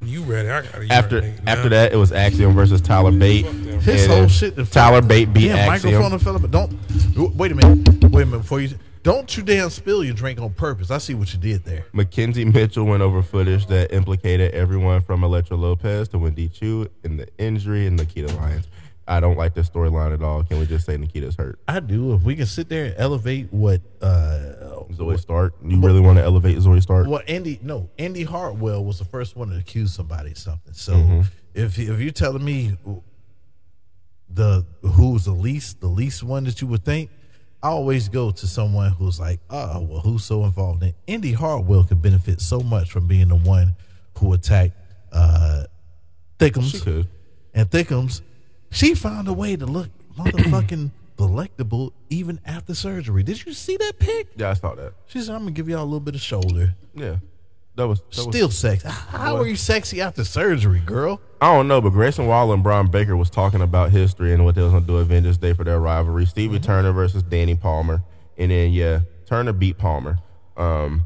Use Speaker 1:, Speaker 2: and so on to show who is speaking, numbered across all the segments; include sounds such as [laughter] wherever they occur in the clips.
Speaker 1: You ready? I got you
Speaker 2: After
Speaker 1: ready, nigga.
Speaker 2: after
Speaker 1: Nah.
Speaker 2: that, it was Axiom versus Tyler Bate.
Speaker 3: His
Speaker 2: And
Speaker 3: whole shit the-
Speaker 2: Tyler Bate beat
Speaker 3: Yeah,
Speaker 2: Axiom.
Speaker 3: microphone and fella, but don't w- wait a minute. Wait a minute before you don't you damn spill your drink on purpose. I see what you did there.
Speaker 2: Mackenzie Mitchell went over footage that implicated everyone from Electra Lopez to Wendy Chu in the injury and Nikita Lyons. I don't like this storyline at all. Can we just say Nikita's hurt?
Speaker 3: I do. If we can sit there and elevate what uh
Speaker 2: Zoe Stark. You really want to elevate Zoe Stark?
Speaker 3: well Andy no, Andy Hartwell was the first one to accuse somebody of something. So
Speaker 2: Mm-hmm.
Speaker 3: if if you're telling me the who's the least the least one that you would think, I always go to someone who's like, oh well, who's so involved in Andy Hartwell could benefit so much from being the one who attacked uh Thickums.
Speaker 2: She could.
Speaker 3: and Thickums, she found a way to look [clears throat] motherfucking delectable even after surgery. Did you see that pic?
Speaker 2: Yeah, I saw that.
Speaker 3: She said, I'm gonna give y'all a little bit of shoulder.
Speaker 2: Yeah. That was that was-
Speaker 3: Still sexy. How are you sexy after surgery, girl?
Speaker 2: I don't know, but Grayson Waller and Brian Baker was talking about history and what they was gonna do at Vengeance Day for their rivalry. Stevie Turner versus Danny Palmer, and then yeah, Turner beat Palmer. Um,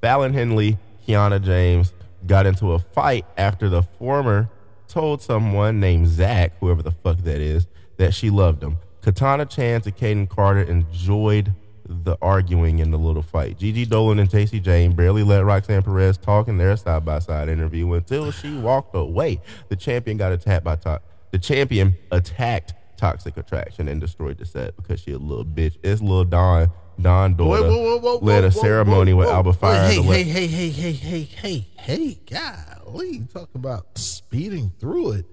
Speaker 2: Fallon Henley, Kiana James got into a fight after the former told someone named Zach, whoever the fuck that is, that she loved him. Katana Chance and Caden Carter enjoyed the arguing in the little fight. Gigi Dolan and JC Jane barely let Roxanne Perez talk in their side by side interview until she walked away. The champion got attacked by to- the champion attacked Toxic Attraction and destroyed the set because she a little bitch. It's little Don Don
Speaker 3: Whoa,
Speaker 2: daughter
Speaker 3: whoa, whoa, whoa,
Speaker 2: led
Speaker 3: whoa,
Speaker 2: a
Speaker 3: whoa,
Speaker 2: ceremony
Speaker 3: whoa,
Speaker 2: with
Speaker 3: whoa.
Speaker 2: Alba
Speaker 3: Wait,
Speaker 2: Fire.
Speaker 3: Hey,
Speaker 2: to let-
Speaker 3: hey, hey, hey, hey, hey, hey, hey, golly, talk about speeding through it.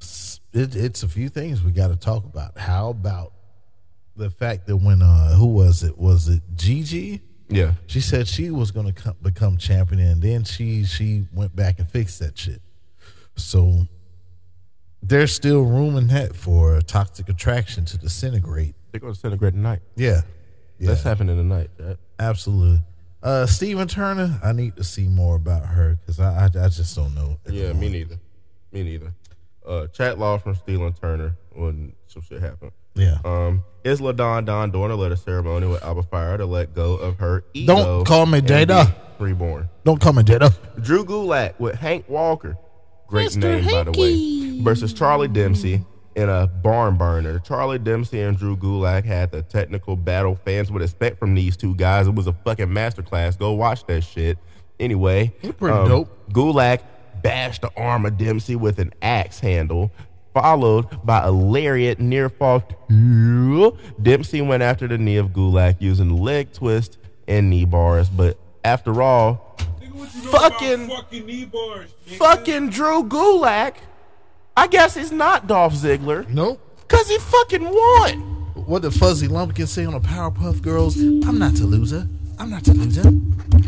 Speaker 3: S- it it's a few things we got to talk about. How about the fact that when uh who was it? Was it Gigi?
Speaker 2: Yeah,
Speaker 3: She said she was going to become champion, and then she she went back and fixed that shit. So there's still room in that for a toxic attraction to disintegrate.
Speaker 2: they're going to celebrate tonight.
Speaker 3: Yeah, yeah,
Speaker 2: That's happening tonight. That-
Speaker 3: absolutely. Uh, Steven Turner, I need to see more about her because I, I I just don't know. at the
Speaker 2: Yeah, me
Speaker 3: moment.
Speaker 2: neither. Me neither. Uh, chat law from Steele and Turner when some shit happened.
Speaker 3: Yeah,
Speaker 2: Um, Isla Don Don Dorner led a ceremony with Alba Fire to let go of her ego.
Speaker 3: Don't call me
Speaker 2: and
Speaker 3: Jada.
Speaker 2: be Reborn.
Speaker 3: don't call me Jada.
Speaker 2: Drew Gulak with Hank Walker. Great name, by the way. Versus Charlie Dempsey in a barn burner. Charlie Dempsey and Drew Gulak had the technical battle fans would expect from these two guys. It was a fucking masterclass. Go watch that shit. Anyway, um,
Speaker 3: pretty dope.
Speaker 2: Gulak bashed the arm of Dempsey with an axe handle, followed by a lariat near fall. two. Dempsey went after the knee of Gulak using leg twist and knee bars, but after all,
Speaker 1: Nigga, what you know
Speaker 2: Fucking-
Speaker 1: about fucking knee bars. nigga?
Speaker 2: fucking Drew Gulak, I guess he's not Dolph Ziggler
Speaker 3: Nope.
Speaker 2: because he fucking won.
Speaker 3: What did Fuzzy Lumpkin say on the Powerpuff Girls? I'm not a loser. I'm not a loser.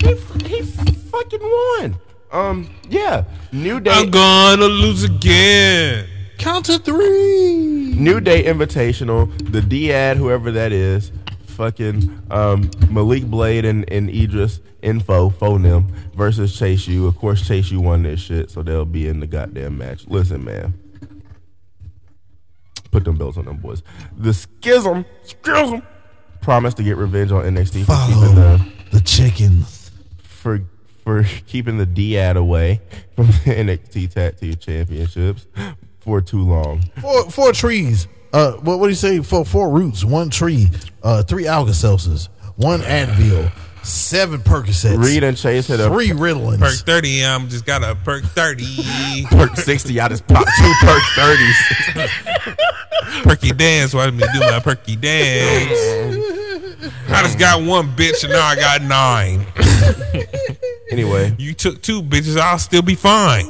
Speaker 2: He, f- he f- fucking won. Um, yeah. New Day.
Speaker 3: Um,
Speaker 1: I'm gonna lose again.
Speaker 3: Count to three.
Speaker 2: New Day Invitational, the DAD, whoever that is, fucking um, Malik Blade and, and Idris Info, Phonem versus Chase U. Of course, Chase U won this shit, so they'll be in the goddamn match. Listen, man. Put them belts on them boys. The Schism, Schism, promised to get revenge on NXT for keeping
Speaker 3: Follow
Speaker 2: the
Speaker 3: Oh, the chickens.
Speaker 2: for for keeping the DAD away from [laughs] the NXT Tag Team Championships for too long.
Speaker 3: Four four trees. Uh, what what do you say? Four four roots, one tree, uh, three Alka Seltzers, one Advil, seven Percocets,
Speaker 2: Reed and Chase hit a
Speaker 3: three Ritalins.
Speaker 1: Perk 30, I'm just got a perk 30.
Speaker 2: perk 60. I just popped two perk 30s.
Speaker 1: perky dance. Why me do my perky dance? [laughs] I just got one bitch and now I got nine.
Speaker 2: [laughs] Anyway,
Speaker 1: You took two bitches, I'll still be fine.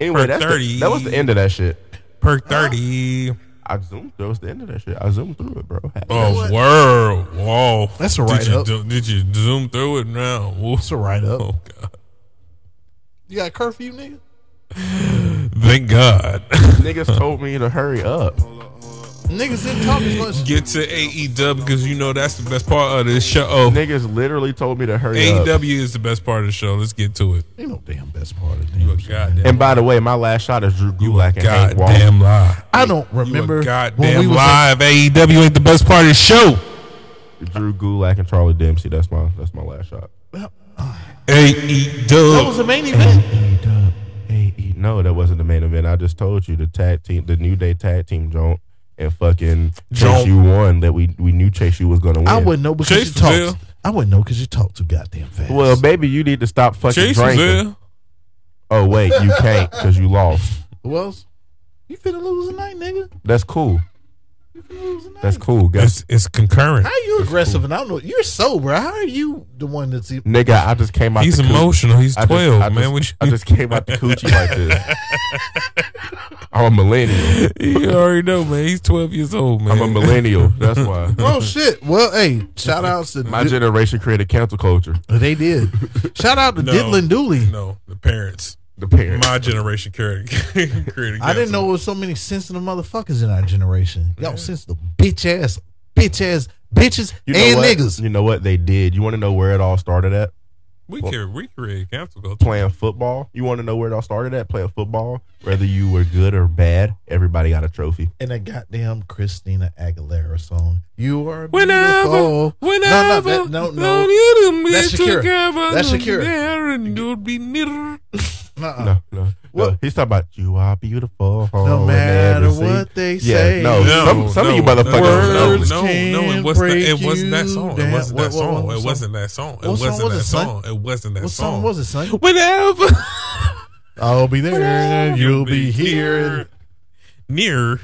Speaker 2: anyway,
Speaker 1: Perk
Speaker 2: that's the,
Speaker 1: 30.
Speaker 2: that was the end of that shit.
Speaker 1: Perk 30.
Speaker 2: I zoomed. That was the end of that shit. I zoomed through it, bro.
Speaker 1: Oh, world. Whoa.
Speaker 3: That's a
Speaker 1: Did you,
Speaker 3: write-up.
Speaker 1: do- did you zoom through it now? Woo.
Speaker 3: That's a write up.
Speaker 1: Oh, God.
Speaker 3: You got curfew, nigga.
Speaker 1: Thank God. [laughs]
Speaker 2: Niggas told me to hurry up.
Speaker 3: Niggas didn't talk as much.
Speaker 1: Get to AEW because you know that's the best part of this show. Oh,
Speaker 2: Niggas literally told me to hurry up.
Speaker 1: AEW E is the best part of the show. Let's get to it.
Speaker 3: Ain't no damn best part of
Speaker 1: You a
Speaker 3: it.
Speaker 1: goddamn,
Speaker 2: And by the way, my last shot is Drew Gulak and Hank Wall.
Speaker 1: goddamn lie.
Speaker 3: I don't
Speaker 1: You a
Speaker 3: remember when we
Speaker 1: goddamn
Speaker 3: was
Speaker 1: live. AEW E ain't the best part of the show.
Speaker 2: Drew Gulak and Charlie Dempsey. That's my that's my last shot.
Speaker 1: AEW.
Speaker 3: That was the main event.
Speaker 2: A dub. A just told you the tag team, the New Day tag team joint, and fucking Chase
Speaker 1: Joint.
Speaker 2: You won that we we knew Chase You was gonna win.
Speaker 3: I wouldn't know because
Speaker 1: Chase
Speaker 3: you talk.
Speaker 1: Brazil.
Speaker 3: I wouldn't know because you talk too goddamn fast.
Speaker 2: Well, baby, you need to stop fucking
Speaker 1: Chase was
Speaker 2: drinking.
Speaker 1: there.
Speaker 2: Oh wait, you can't because you lost.
Speaker 3: who else? You finna lose a night, nigga.
Speaker 2: That's cool.
Speaker 3: You finna lose a night.
Speaker 2: That's cool, guys.
Speaker 1: It's, it's concurrent.
Speaker 3: How you aggressive? And I don't know. You're sober. How are you the one that's e- even?
Speaker 2: Nigga, I just came out.
Speaker 1: He's
Speaker 2: the coo-
Speaker 1: emotional. He's
Speaker 2: I just-
Speaker 1: twelve,
Speaker 2: I
Speaker 1: man.
Speaker 2: Just,
Speaker 1: What
Speaker 2: I
Speaker 1: you-
Speaker 2: just came out the coochie like this. I'm a millennial.
Speaker 1: [laughs] you already know, man. He's twelve years old, man.
Speaker 2: I'm a millennial. That's why
Speaker 1: [laughs]
Speaker 2: [laughs]
Speaker 3: Oh shit! Well, hey, shout outs to
Speaker 2: my generation created cancel culture.
Speaker 3: they did. Shout
Speaker 2: [laughs]
Speaker 3: out to
Speaker 1: No.
Speaker 3: Ditlin Dooley.
Speaker 1: No, the parents.
Speaker 2: The parents.
Speaker 1: My generation created. [laughs] created
Speaker 3: I didn't know there was so many sensitive motherfuckers in our generation. Y'all sensitive bitch ass, bitch ass bitches
Speaker 2: You know
Speaker 3: and
Speaker 2: what?
Speaker 3: niggas.
Speaker 2: You know what they did? You want to know where it all started at?
Speaker 1: We care. We created cancel culture.
Speaker 2: Playing football. You want to know where it all started at? Playing football. Whether you were good or bad, everybody got a trophy.
Speaker 3: And that goddamn Christina Aguilera song. You are
Speaker 1: Whenever,
Speaker 3: beautiful.
Speaker 1: whenever,
Speaker 3: no, no, that, no, no,
Speaker 1: no.
Speaker 3: That's Shakira. That's Shakira.
Speaker 1: Shakira.
Speaker 3: nuh-uh.
Speaker 2: No, no.
Speaker 3: Uh, What?
Speaker 2: no. He's talking about you are beautiful.
Speaker 3: No
Speaker 2: and
Speaker 3: matter
Speaker 2: everything."
Speaker 3: what they
Speaker 2: Yeah,
Speaker 3: say.
Speaker 2: no. Oh, Some- some of you motherfuckers
Speaker 1: Words
Speaker 3: know.
Speaker 1: no, no,
Speaker 3: Can
Speaker 1: it wasn't. That,
Speaker 3: break
Speaker 1: it wasn't that
Speaker 3: you
Speaker 1: song.
Speaker 3: down.
Speaker 1: It wasn't
Speaker 3: What-
Speaker 1: that
Speaker 3: what-
Speaker 1: song.
Speaker 3: what
Speaker 1: It
Speaker 3: song?
Speaker 1: wasn't that song. It
Speaker 3: What song
Speaker 1: wasn't
Speaker 3: was
Speaker 1: that
Speaker 3: it, son?
Speaker 1: song. It wasn't that
Speaker 3: What song
Speaker 1: song.
Speaker 3: was it, son?
Speaker 1: Whenever
Speaker 3: I'll be there and you'll be here.
Speaker 1: near.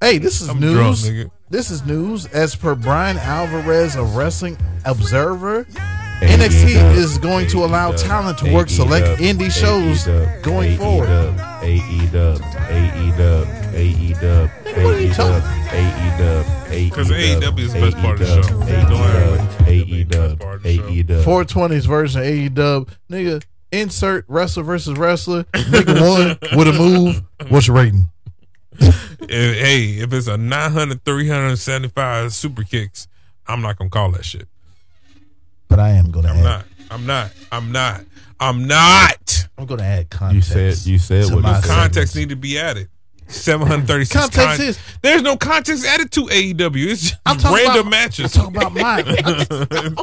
Speaker 3: Hey, this is
Speaker 1: I'm drunk,
Speaker 3: news.
Speaker 1: nigga.
Speaker 3: this is news. As per Brian Alvarez of Wrestling Observer, NXT is going to allow talent to work select indie shows going forward.
Speaker 2: AE dub, AE dub, AE dub,
Speaker 3: what are you
Speaker 2: AE dub, AE dub, AE dub.
Speaker 1: 'Cause AEW E is the best part of the show. Don't worry.
Speaker 2: AE
Speaker 1: Best
Speaker 2: dub,
Speaker 1: part of the show.
Speaker 2: AE dub.
Speaker 3: 420s version AEW, nigga. Insert wrestler versus wrestler. Nigga one with a move. What's your rating?
Speaker 1: If- Hey, if it's a 900, 375 super kicks, I'm not gonna call that shit.
Speaker 3: But I am gonna
Speaker 1: I'm
Speaker 3: add.
Speaker 1: not. I'm not. I'm not. I'm not.
Speaker 3: I'm gonna add
Speaker 2: You
Speaker 3: context.
Speaker 2: said, you said
Speaker 3: to
Speaker 2: what
Speaker 3: my
Speaker 2: you said.
Speaker 1: Context need to be added. 736
Speaker 3: Context is-
Speaker 1: There's no context added to AEW. It's just
Speaker 3: I'm talking
Speaker 1: random
Speaker 3: about-
Speaker 1: matches.
Speaker 3: Talk
Speaker 2: [laughs]
Speaker 3: about my.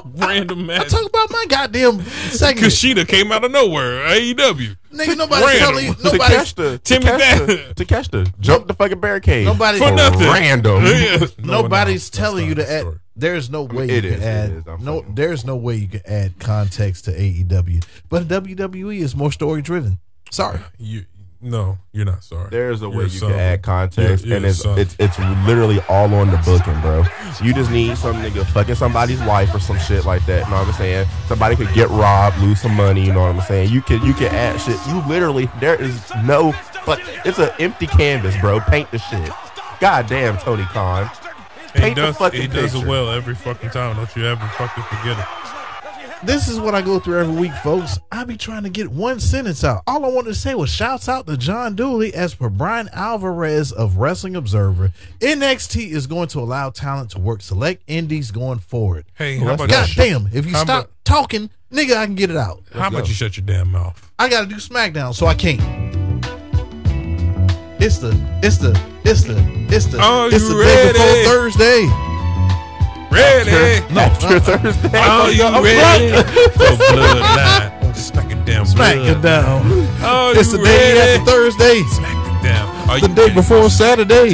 Speaker 3: [laughs]
Speaker 1: random matches.
Speaker 3: talk about my
Speaker 2: [laughs]
Speaker 3: goddamn
Speaker 1: [laughs]
Speaker 3: segment.
Speaker 1: Kushida came out of nowhere. E AEW.
Speaker 3: Nigga, nobody's
Speaker 1: Random.
Speaker 3: telling you.
Speaker 2: To
Speaker 3: Nobody's,
Speaker 2: catch the, to
Speaker 1: Timmy
Speaker 2: catch the,
Speaker 1: Bad-
Speaker 2: to catch the, jump the fucking barricade.
Speaker 3: Nobody-
Speaker 1: For nothing.
Speaker 2: Random.
Speaker 1: [laughs] Yeah. No,
Speaker 3: nobody's
Speaker 1: no,
Speaker 3: telling you
Speaker 1: that's
Speaker 3: to
Speaker 1: not
Speaker 3: add.
Speaker 1: the story.
Speaker 3: There's no way
Speaker 2: mean,
Speaker 3: you
Speaker 2: it
Speaker 3: can
Speaker 2: is, it
Speaker 3: add.
Speaker 2: is. I'm
Speaker 3: no,
Speaker 2: fucking-
Speaker 3: there's no way you can add context to AEW. But WWE is more story driven. Sorry,
Speaker 1: You, no, you're not sorry.
Speaker 2: There's a
Speaker 1: You're
Speaker 2: way you
Speaker 1: sorry.
Speaker 2: can add context,
Speaker 1: You're-
Speaker 2: and
Speaker 1: you're
Speaker 2: it's,
Speaker 1: sorry.
Speaker 2: it's it's literally all on the booking, bro. You just need some nigga fucking somebody's wife or some shit like that. You know what I'm saying? Somebody could get robbed, lose some money. You know what I'm saying? You can you can add shit. You literally there is no fuck. It's an empty canvas, bro. Paint the shit. God damn, Tony Khan.
Speaker 1: And he
Speaker 2: Paint the
Speaker 1: does,
Speaker 2: fucking
Speaker 1: he does it
Speaker 2: picture.
Speaker 1: well every fucking time. Don't you ever fucking forget it.
Speaker 3: this is what I go through every week, folks. I be trying to get one sentence out. All I wanted to say was shouts out to John Dooley as per Brian Alvarez of Wrestling Observer. NXT is going to allow talent to work select indies going forward.
Speaker 1: Hey,
Speaker 2: Well,
Speaker 1: how about
Speaker 2: that's not
Speaker 1: you
Speaker 3: God
Speaker 1: shut-
Speaker 3: damn, if you
Speaker 1: how
Speaker 3: stop
Speaker 1: about-
Speaker 3: talking, nigga, I can get it out.
Speaker 1: How about you shut your damn mouth?
Speaker 3: I gotta do SmackDown, so I can't. It's the, it's the, it's the, it's the,
Speaker 1: Are
Speaker 3: it's the
Speaker 1: you
Speaker 3: day
Speaker 1: ready?
Speaker 3: before Thursday.
Speaker 1: Ready?
Speaker 2: [laughs] No, after [laughs] Thursday.
Speaker 1: Are you
Speaker 2: I'm
Speaker 1: ready
Speaker 2: drunk.
Speaker 1: for bloodline? oh, Smack it down.
Speaker 3: Smack it down.
Speaker 1: Are
Speaker 3: It's the
Speaker 1: you
Speaker 3: day
Speaker 1: ready?
Speaker 3: after Thursday.
Speaker 1: Smack it down. Are
Speaker 3: The
Speaker 1: you
Speaker 3: day
Speaker 1: ready?
Speaker 3: before Saturday.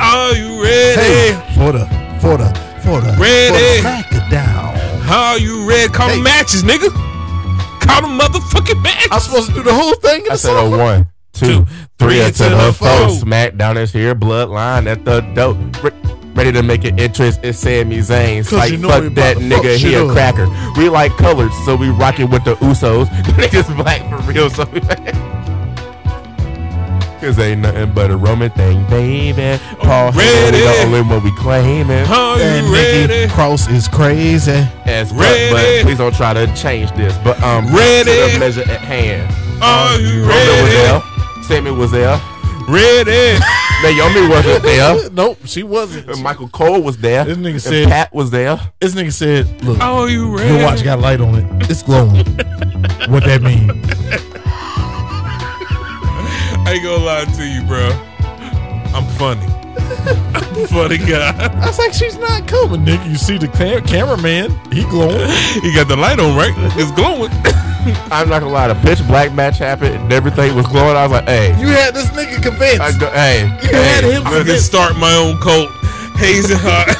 Speaker 1: Are you ready?
Speaker 3: Hey, for the, for the, for the, for the
Speaker 1: Ready?
Speaker 3: smack it down.
Speaker 1: Are you ready? Call
Speaker 3: Hey.
Speaker 1: them matches, nigga. Call them motherfucking matches.
Speaker 3: I'm supposed to do the whole thing in
Speaker 2: I
Speaker 3: the
Speaker 2: said a
Speaker 3: song.
Speaker 2: one, two,
Speaker 1: Two,
Speaker 2: three,
Speaker 1: three,
Speaker 2: and to
Speaker 1: and to
Speaker 2: the
Speaker 1: the
Speaker 2: four.
Speaker 1: foe.
Speaker 2: Smackdown is here, bloodline at the dope. Re- ready to make an entrance, it's Sami Zayn. Like,
Speaker 3: you know we
Speaker 2: fuck
Speaker 3: about
Speaker 2: that
Speaker 3: to
Speaker 2: nigga,
Speaker 3: fuck
Speaker 2: he
Speaker 3: shit
Speaker 2: a
Speaker 3: up.
Speaker 2: cracker. We like colored, so we rocking with the Usos. [laughs] Niggas black for real, so we [laughs] Cause ain't nothing but a Roman thing, baby. Paul Heyman, we the
Speaker 1: Ready?
Speaker 2: only one we claiming.
Speaker 1: Are
Speaker 3: And
Speaker 1: you
Speaker 3: Nikki
Speaker 1: ready?
Speaker 3: Cross is crazy.
Speaker 2: As fuck,
Speaker 1: Ready?
Speaker 2: but please don't try to change this. But um,
Speaker 1: Ready?
Speaker 2: to the measure at hand.
Speaker 1: Are you
Speaker 2: Roman was
Speaker 1: ready?
Speaker 2: there. Sammy was there.
Speaker 1: Ready?
Speaker 3: [laughs]
Speaker 2: Naomi wasn't there.
Speaker 3: Nope, she wasn't.
Speaker 2: And Michael Cole was there.
Speaker 3: This nigga
Speaker 2: and
Speaker 3: said-
Speaker 2: Pat was there.
Speaker 3: This nigga said, look,
Speaker 1: Are you ready?
Speaker 3: your watch got light on it. It's glowing. what that mean?
Speaker 1: I ain't gonna lie to you, bro. I'm funny. I'm a funny guy.
Speaker 3: I was like, she's not coming, nigga. You see the cam- cameraman? He glowing. [laughs]
Speaker 1: He got the light on, right? It's glowing.
Speaker 2: I'm not gonna lie. The pitch black match happened and everything was glowing. I was like, hey,
Speaker 3: You had this nigga convinced.
Speaker 2: I go, hey,
Speaker 3: You
Speaker 2: hey.
Speaker 3: had him
Speaker 1: I'm gonna
Speaker 3: convinced.
Speaker 1: start my own cult. Haze and hot.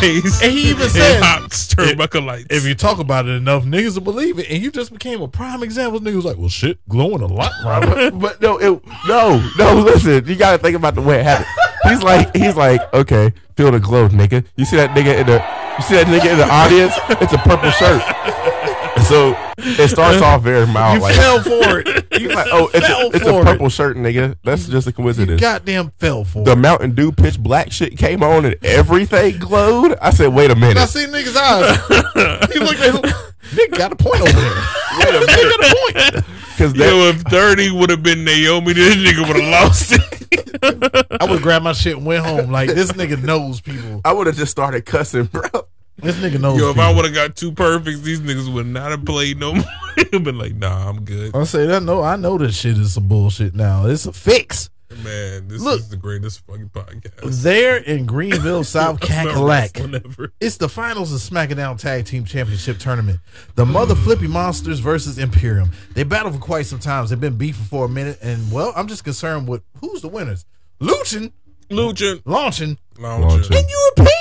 Speaker 1: [laughs] Haze
Speaker 3: And he even said-
Speaker 1: Hot's Turbuckle lights.
Speaker 3: If you talk about it enough, niggas will believe it. And you just became a prime example. Niggas was like, well, shit, glowing a lot,
Speaker 1: [laughs]
Speaker 3: Robert.
Speaker 2: But no, it, no, no. Listen, you gotta think about the way it happened. He's like, he's like, okay, feel the glow, nigga. You see that nigga in the, you see that nigga in the audience? It's a purple shirt. So it
Speaker 3: [laughs]
Speaker 2: starts off very mild,
Speaker 3: you
Speaker 2: like,
Speaker 3: fell for
Speaker 1: [laughs]
Speaker 3: it. You
Speaker 2: he's like, oh, it's
Speaker 3: fell
Speaker 2: a, it's
Speaker 3: for
Speaker 2: a
Speaker 3: it.
Speaker 2: purple shirt, nigga. That's just a coincidence.
Speaker 3: goddamn fell for
Speaker 2: the
Speaker 3: it.
Speaker 2: Mountain Dew pitch black shit came on and everything glowed. I said, wait a
Speaker 3: I
Speaker 2: minute,
Speaker 3: see niggas' eyes. he looked at Nigga got a point over there.
Speaker 2: wait a minute, [laughs] because
Speaker 1: Yo, if 30 would have been Naomi, this nigga would have lost it.
Speaker 3: I would grab my shit and went home. Like, this nigga knows people.
Speaker 2: I would have just started cussing, bro.
Speaker 3: This nigga knows
Speaker 1: Yo, if
Speaker 3: people.
Speaker 1: I would have got two perfects, these niggas would not have played no [laughs] more. been like, nah, I'm good.
Speaker 3: I say that no, I know this shit is some bullshit now. It's a fix.
Speaker 1: Man, this
Speaker 3: Look.
Speaker 1: is the greatest fucking podcast.
Speaker 3: There
Speaker 1: [laughs]
Speaker 3: in Greenville, South
Speaker 1: That's not
Speaker 3: Cackalack.
Speaker 1: wrestling ever.
Speaker 3: It's the finals of SmackDown Tag Team Championship Tournament. The Mother Flippy Monsters versus Imperium. They battled for quite some time. They've been beefing for a minute, and well, I'm just concerned with who's the winners. Luchin,
Speaker 1: Lucha.
Speaker 3: launching,
Speaker 1: Launcher.
Speaker 2: Launcher.
Speaker 3: and European.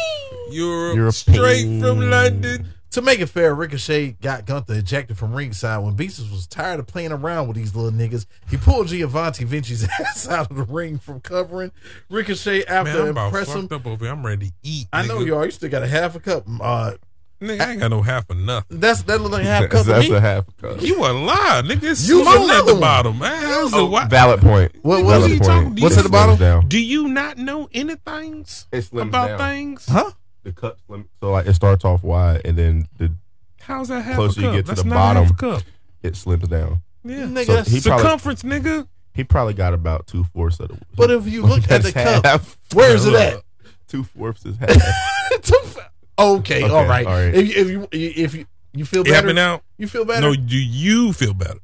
Speaker 1: Europe,
Speaker 2: European.
Speaker 1: straight from London.
Speaker 3: To make it fair, Ricochet got Gunther ejected from ringside when Beasts was tired of playing around with these little niggas. He pulled Giovanni Vinci's [laughs] ass out of the ring from covering. Ricochet
Speaker 1: Man,
Speaker 3: after
Speaker 1: I'm about
Speaker 3: impress him.
Speaker 1: fucked up over here. I'm ready to eat.
Speaker 3: I know
Speaker 1: nigga.
Speaker 3: y'all. You still got a half a cup. Uh,
Speaker 1: Nigga, I ain't got no half of nothing.
Speaker 3: that's that look like a half
Speaker 2: [laughs] That's,
Speaker 3: cup of
Speaker 2: that's
Speaker 3: me.
Speaker 2: a half cup.
Speaker 1: You a lie, nigga. It's
Speaker 3: Use
Speaker 1: small
Speaker 3: another
Speaker 1: at the
Speaker 3: one.
Speaker 1: bottom, man. How's the why?
Speaker 2: Valid point.
Speaker 3: What- what
Speaker 2: Valid
Speaker 3: are you
Speaker 2: point.
Speaker 1: talking- What's
Speaker 2: It
Speaker 1: at the
Speaker 2: slims
Speaker 3: bottom?
Speaker 2: Down.
Speaker 1: Do you not know anything
Speaker 2: It slims
Speaker 1: about
Speaker 2: down.
Speaker 1: things?
Speaker 3: huh?
Speaker 2: The cup slim. So like it starts off wide and then the
Speaker 1: How's that half
Speaker 2: Closer
Speaker 1: a
Speaker 2: you
Speaker 1: cup?
Speaker 2: get to
Speaker 1: That's
Speaker 2: the
Speaker 1: not
Speaker 2: bottom.
Speaker 1: half a cup.
Speaker 2: it slims down.
Speaker 1: Yeah.
Speaker 3: Nigga,
Speaker 2: So
Speaker 3: that's-
Speaker 2: he probably-
Speaker 1: Circumference, nigga.
Speaker 2: He probably got about two fourths of the.
Speaker 3: but
Speaker 2: [laughs]
Speaker 3: if you look at the
Speaker 2: That's half.
Speaker 3: cup, where is it at?
Speaker 1: Look.
Speaker 2: Two fourths is half.
Speaker 3: [laughs] okay, all right.
Speaker 2: all right.
Speaker 3: If, you- if you if you you feel
Speaker 1: It
Speaker 3: better,
Speaker 1: happened now.
Speaker 3: you feel better.
Speaker 1: No, do you feel better?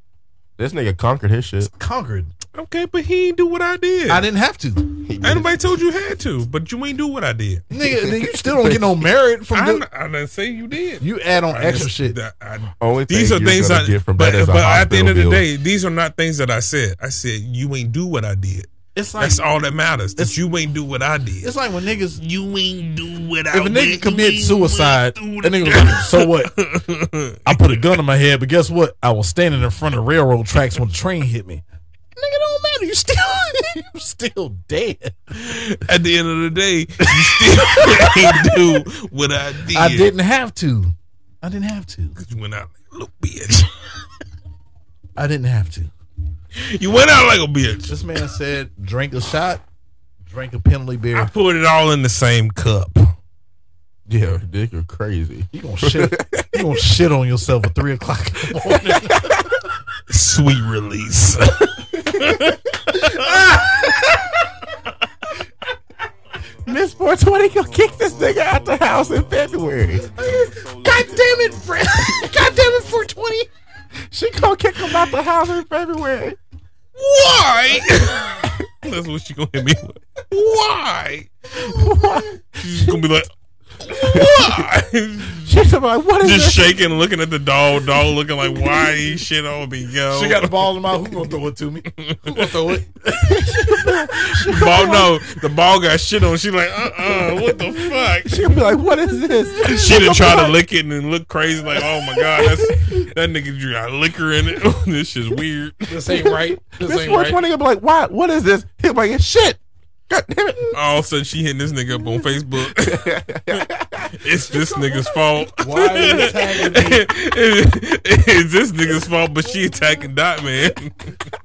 Speaker 2: this nigga conquered his shit.
Speaker 3: Conquered.
Speaker 1: Okay, but he ain't do what I did.
Speaker 3: I didn't have to.
Speaker 2: He
Speaker 1: Ain't
Speaker 2: did it.
Speaker 1: nobody told you had to, but you ain't do what I did.
Speaker 3: Nigga, you still don't
Speaker 1: [laughs]
Speaker 3: get no merit from
Speaker 1: I,
Speaker 3: the,
Speaker 1: I didn't say you did.
Speaker 3: you add on
Speaker 1: I
Speaker 3: extra
Speaker 1: just-
Speaker 3: shit.
Speaker 1: that- I-
Speaker 2: Only thing
Speaker 1: these are
Speaker 2: you're
Speaker 1: things
Speaker 2: gonna
Speaker 1: I.
Speaker 2: get from
Speaker 1: but
Speaker 2: that is a
Speaker 1: but at the end
Speaker 2: hospital
Speaker 1: of the
Speaker 2: bill.
Speaker 1: day, these are not things that I said. I said you ain't do what I did.
Speaker 3: It's like
Speaker 1: That's all that matters. That
Speaker 3: It's-
Speaker 1: you ain't do what I did.
Speaker 3: it's like when niggas
Speaker 1: You ain't do what
Speaker 3: if a nigga commit suicide, that nigga was like, so what?
Speaker 1: [laughs]
Speaker 3: I put a gun in my head, but guess what? I was standing in front of railroad tracks when the train hit me. Nigga, don't matter. You still, [laughs] you still dead.
Speaker 1: At the end of the day, you still [laughs] ain't do what I did.
Speaker 3: I didn't have to. I didn't have to.
Speaker 1: You went out like a little bitch.
Speaker 3: I didn't have to.
Speaker 1: You went out like a bitch.
Speaker 3: This man said, drink a shot, drink a penalty
Speaker 1: I
Speaker 3: beer.
Speaker 1: poured it all in the same cup.
Speaker 2: yeah, dick, you're crazy.
Speaker 3: You gonna shit? You gonna shit on yourself at three o'clock in the [laughs] morning?
Speaker 1: Sweet release.
Speaker 2: Miss 420 gonna kick this nigga out the house in February.
Speaker 3: God damn it, Fred! God damn it, four twenty.
Speaker 2: [laughs] She gonna kick him out the house in February.
Speaker 1: Why? That's what she gonna hit me with. Why? She's gonna be like, why?
Speaker 2: She's like, what is
Speaker 1: Just shaking, looking at the dog. Dog looking like, why is shit on me, yo?
Speaker 3: She got the ball in my. Who gonna throw it to me? Who gonna throw it?
Speaker 1: [laughs] ball. No, the ball got shit on. She like, uh, uh what the fuck?
Speaker 2: She'll be like, what is
Speaker 1: [laughs]
Speaker 2: this?
Speaker 1: She done try to lick it and look crazy, like, oh my god, that's, that nigga drew got liquor in it. [laughs] this shit's weird.
Speaker 3: This ain't right. This
Speaker 2: Miss
Speaker 3: ain't right.
Speaker 2: 420 gonna be like, why? What is this? He'll be like, it's shit. God damn it.
Speaker 1: All of a sudden, she hitting this nigga up on
Speaker 2: [laughs]
Speaker 1: Facebook. it's this nigga's fault.
Speaker 3: Why
Speaker 1: [laughs]
Speaker 3: are you tagging me?
Speaker 1: it's this nigga's fault, but she attacking Dot Man.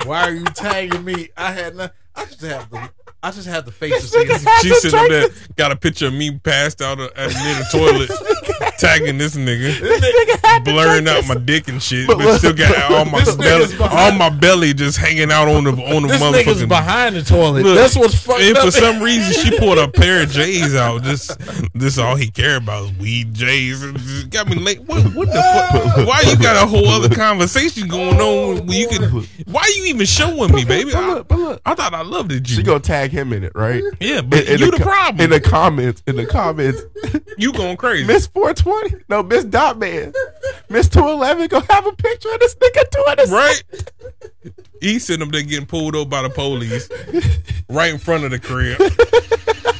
Speaker 3: Why are you tagging me? I had not. I just have the. I just have the face to see. this.
Speaker 1: She sitting up there, got a picture of me passed out at near the toilet, tagging this nigga,
Speaker 2: This nigga had to
Speaker 1: blurring
Speaker 2: drink
Speaker 1: out
Speaker 2: this.
Speaker 1: my dick and shit,
Speaker 2: But
Speaker 1: but,
Speaker 2: look-
Speaker 1: still got all my
Speaker 3: This
Speaker 1: belly,
Speaker 3: nigga's
Speaker 1: all
Speaker 3: behind-
Speaker 1: my belly just hanging out on the on the
Speaker 3: This nigga's
Speaker 1: motherfucking.
Speaker 3: behind the toilet.
Speaker 1: Look,
Speaker 3: That's what's fucked
Speaker 1: And
Speaker 3: up.
Speaker 1: for some reason, she pulled a pair of J's out. Just this, all he cared about was weed J's. It just Got me late. What, what the fuck? Why you got a whole other conversation going on? When you can. Why you even showing me, baby?
Speaker 2: But
Speaker 1: I,
Speaker 2: look, but look.
Speaker 1: I thought I loved it. You.
Speaker 2: She gonna tag him in it, right?
Speaker 1: yeah, but
Speaker 2: In- in
Speaker 1: you the,
Speaker 2: co-
Speaker 1: problem.
Speaker 2: In the comments, [laughs] in the comments,
Speaker 1: you going crazy.
Speaker 2: Miss 420 220. No, Miss Dot Man. Miss 211 gonna have a picture of this nigga doing this.
Speaker 1: Right? He sitting up there getting pulled over by the police right in front of the crib.
Speaker 3: Oh,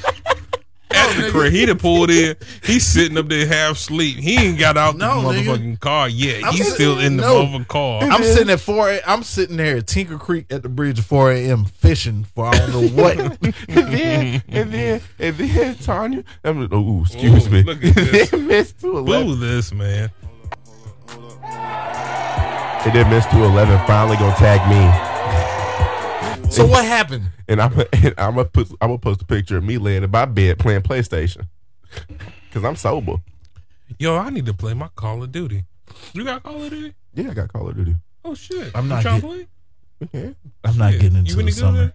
Speaker 1: At the crib. He done pulled in. He's sitting up there half asleep. He ain't got out
Speaker 3: No,
Speaker 1: the
Speaker 3: nigga.
Speaker 1: motherfucking car yet.
Speaker 3: I'm
Speaker 1: He's
Speaker 3: sitting-
Speaker 1: still in the
Speaker 3: no.
Speaker 1: motherfucking car.
Speaker 3: [laughs] I'm sitting at four. A, I'm sitting there at Tinker Creek at the bridge at four a.m. fishing for I don't know what. [laughs]
Speaker 2: and then and then and then Tanya. I'm, oh, excuse
Speaker 1: Ooh,
Speaker 2: me.
Speaker 1: look at
Speaker 2: [laughs]
Speaker 1: this.
Speaker 2: Then Miss 211.
Speaker 1: Boo this, man.
Speaker 2: And then Miss 211 finally gonna tag me.
Speaker 3: so what happened?
Speaker 2: And I'm [laughs] and I'm gonna put I'm gonna post a picture of me laying in my bed playing PlayStation. Cause I'm sober.
Speaker 1: Yo, I need to play my Call of Duty. You got Call of Duty?
Speaker 2: Yeah, I got Call of Duty.
Speaker 1: Oh shit!
Speaker 3: I'm
Speaker 1: You
Speaker 3: not
Speaker 1: trying to
Speaker 3: get-
Speaker 1: play.
Speaker 2: Okay.
Speaker 3: I'm not
Speaker 1: Yeah.
Speaker 3: getting
Speaker 1: You
Speaker 3: into
Speaker 1: any good
Speaker 3: the
Speaker 1: at
Speaker 3: summer.
Speaker 1: it?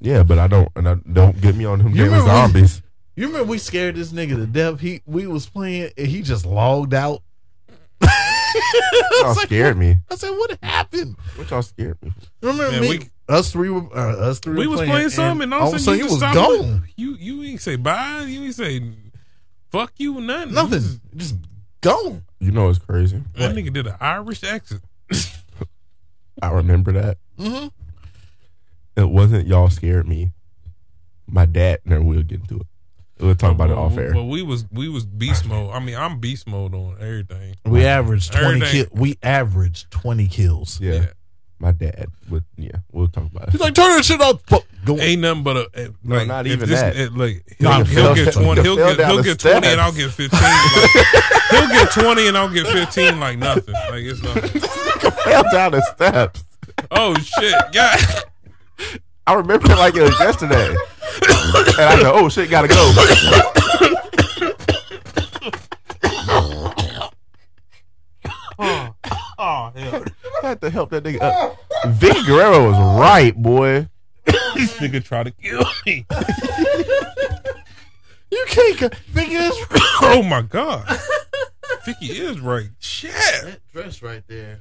Speaker 2: Yeah, but I don't and I don't get me on him
Speaker 3: You
Speaker 2: gaming
Speaker 3: remember
Speaker 1: [laughs]
Speaker 3: when-
Speaker 2: zombies.
Speaker 3: You remember we scared this nigga to death. He we was playing and he just logged out.
Speaker 2: Y'all scared me.
Speaker 3: [laughs] I said, "What happened?"
Speaker 2: What y'all scared me?
Speaker 3: Remember
Speaker 1: Man,
Speaker 3: me?
Speaker 1: we-
Speaker 3: us three were uh, us three.
Speaker 1: We
Speaker 3: were
Speaker 1: was
Speaker 3: playing,
Speaker 1: playing some, and all of a sudden you
Speaker 3: you was
Speaker 1: just stopped
Speaker 3: gone.
Speaker 1: You you ain't say bye. You ain't say fuck you. Nothing.
Speaker 3: Nothing, just gone.
Speaker 2: You know it's crazy.
Speaker 1: That nigga did an Irish accent.
Speaker 2: I remember that.
Speaker 3: hmm
Speaker 2: It wasn't y'all scared me. My dad never will get into it. We'll talk about it off air.
Speaker 1: Oh, Well, we was we was beast mode. I mean, I'm beast mode on everything.
Speaker 3: We averaged twenty.
Speaker 1: Everything.
Speaker 3: Ki- we averaged twenty kills.
Speaker 2: Yeah. My dad would yeah, we'll talk about
Speaker 3: He's
Speaker 2: it.
Speaker 3: like, "Turn that shit off." Fuck, Go
Speaker 1: Ain't nothing but a eh,
Speaker 2: No,
Speaker 1: like,
Speaker 2: not
Speaker 1: if
Speaker 2: even
Speaker 1: this-
Speaker 2: that.
Speaker 1: eh, like he'll,
Speaker 2: No,
Speaker 1: he'll
Speaker 2: fell
Speaker 1: get
Speaker 2: down-
Speaker 1: twenty. He'll
Speaker 2: fell
Speaker 1: get
Speaker 2: down
Speaker 1: he'll
Speaker 2: the
Speaker 1: get twenty, and I'll get
Speaker 2: steps.
Speaker 1: fifteen. Like, he'll get twenty, and I'll get fifteen. Like nothing. Like it's nothing.
Speaker 2: Fell down the steps.
Speaker 1: Oh shit, God.
Speaker 2: I remember it like it was yesterday. and I go, oh shit, gotta go.
Speaker 1: Oh hell.
Speaker 2: I had to help that nigga up. Vic Guerrero was right, boy.
Speaker 1: This nigga try to kill me.
Speaker 3: You can't co- figure this
Speaker 1: Oh my god. Vicky is right. Shit.
Speaker 3: that dress right there.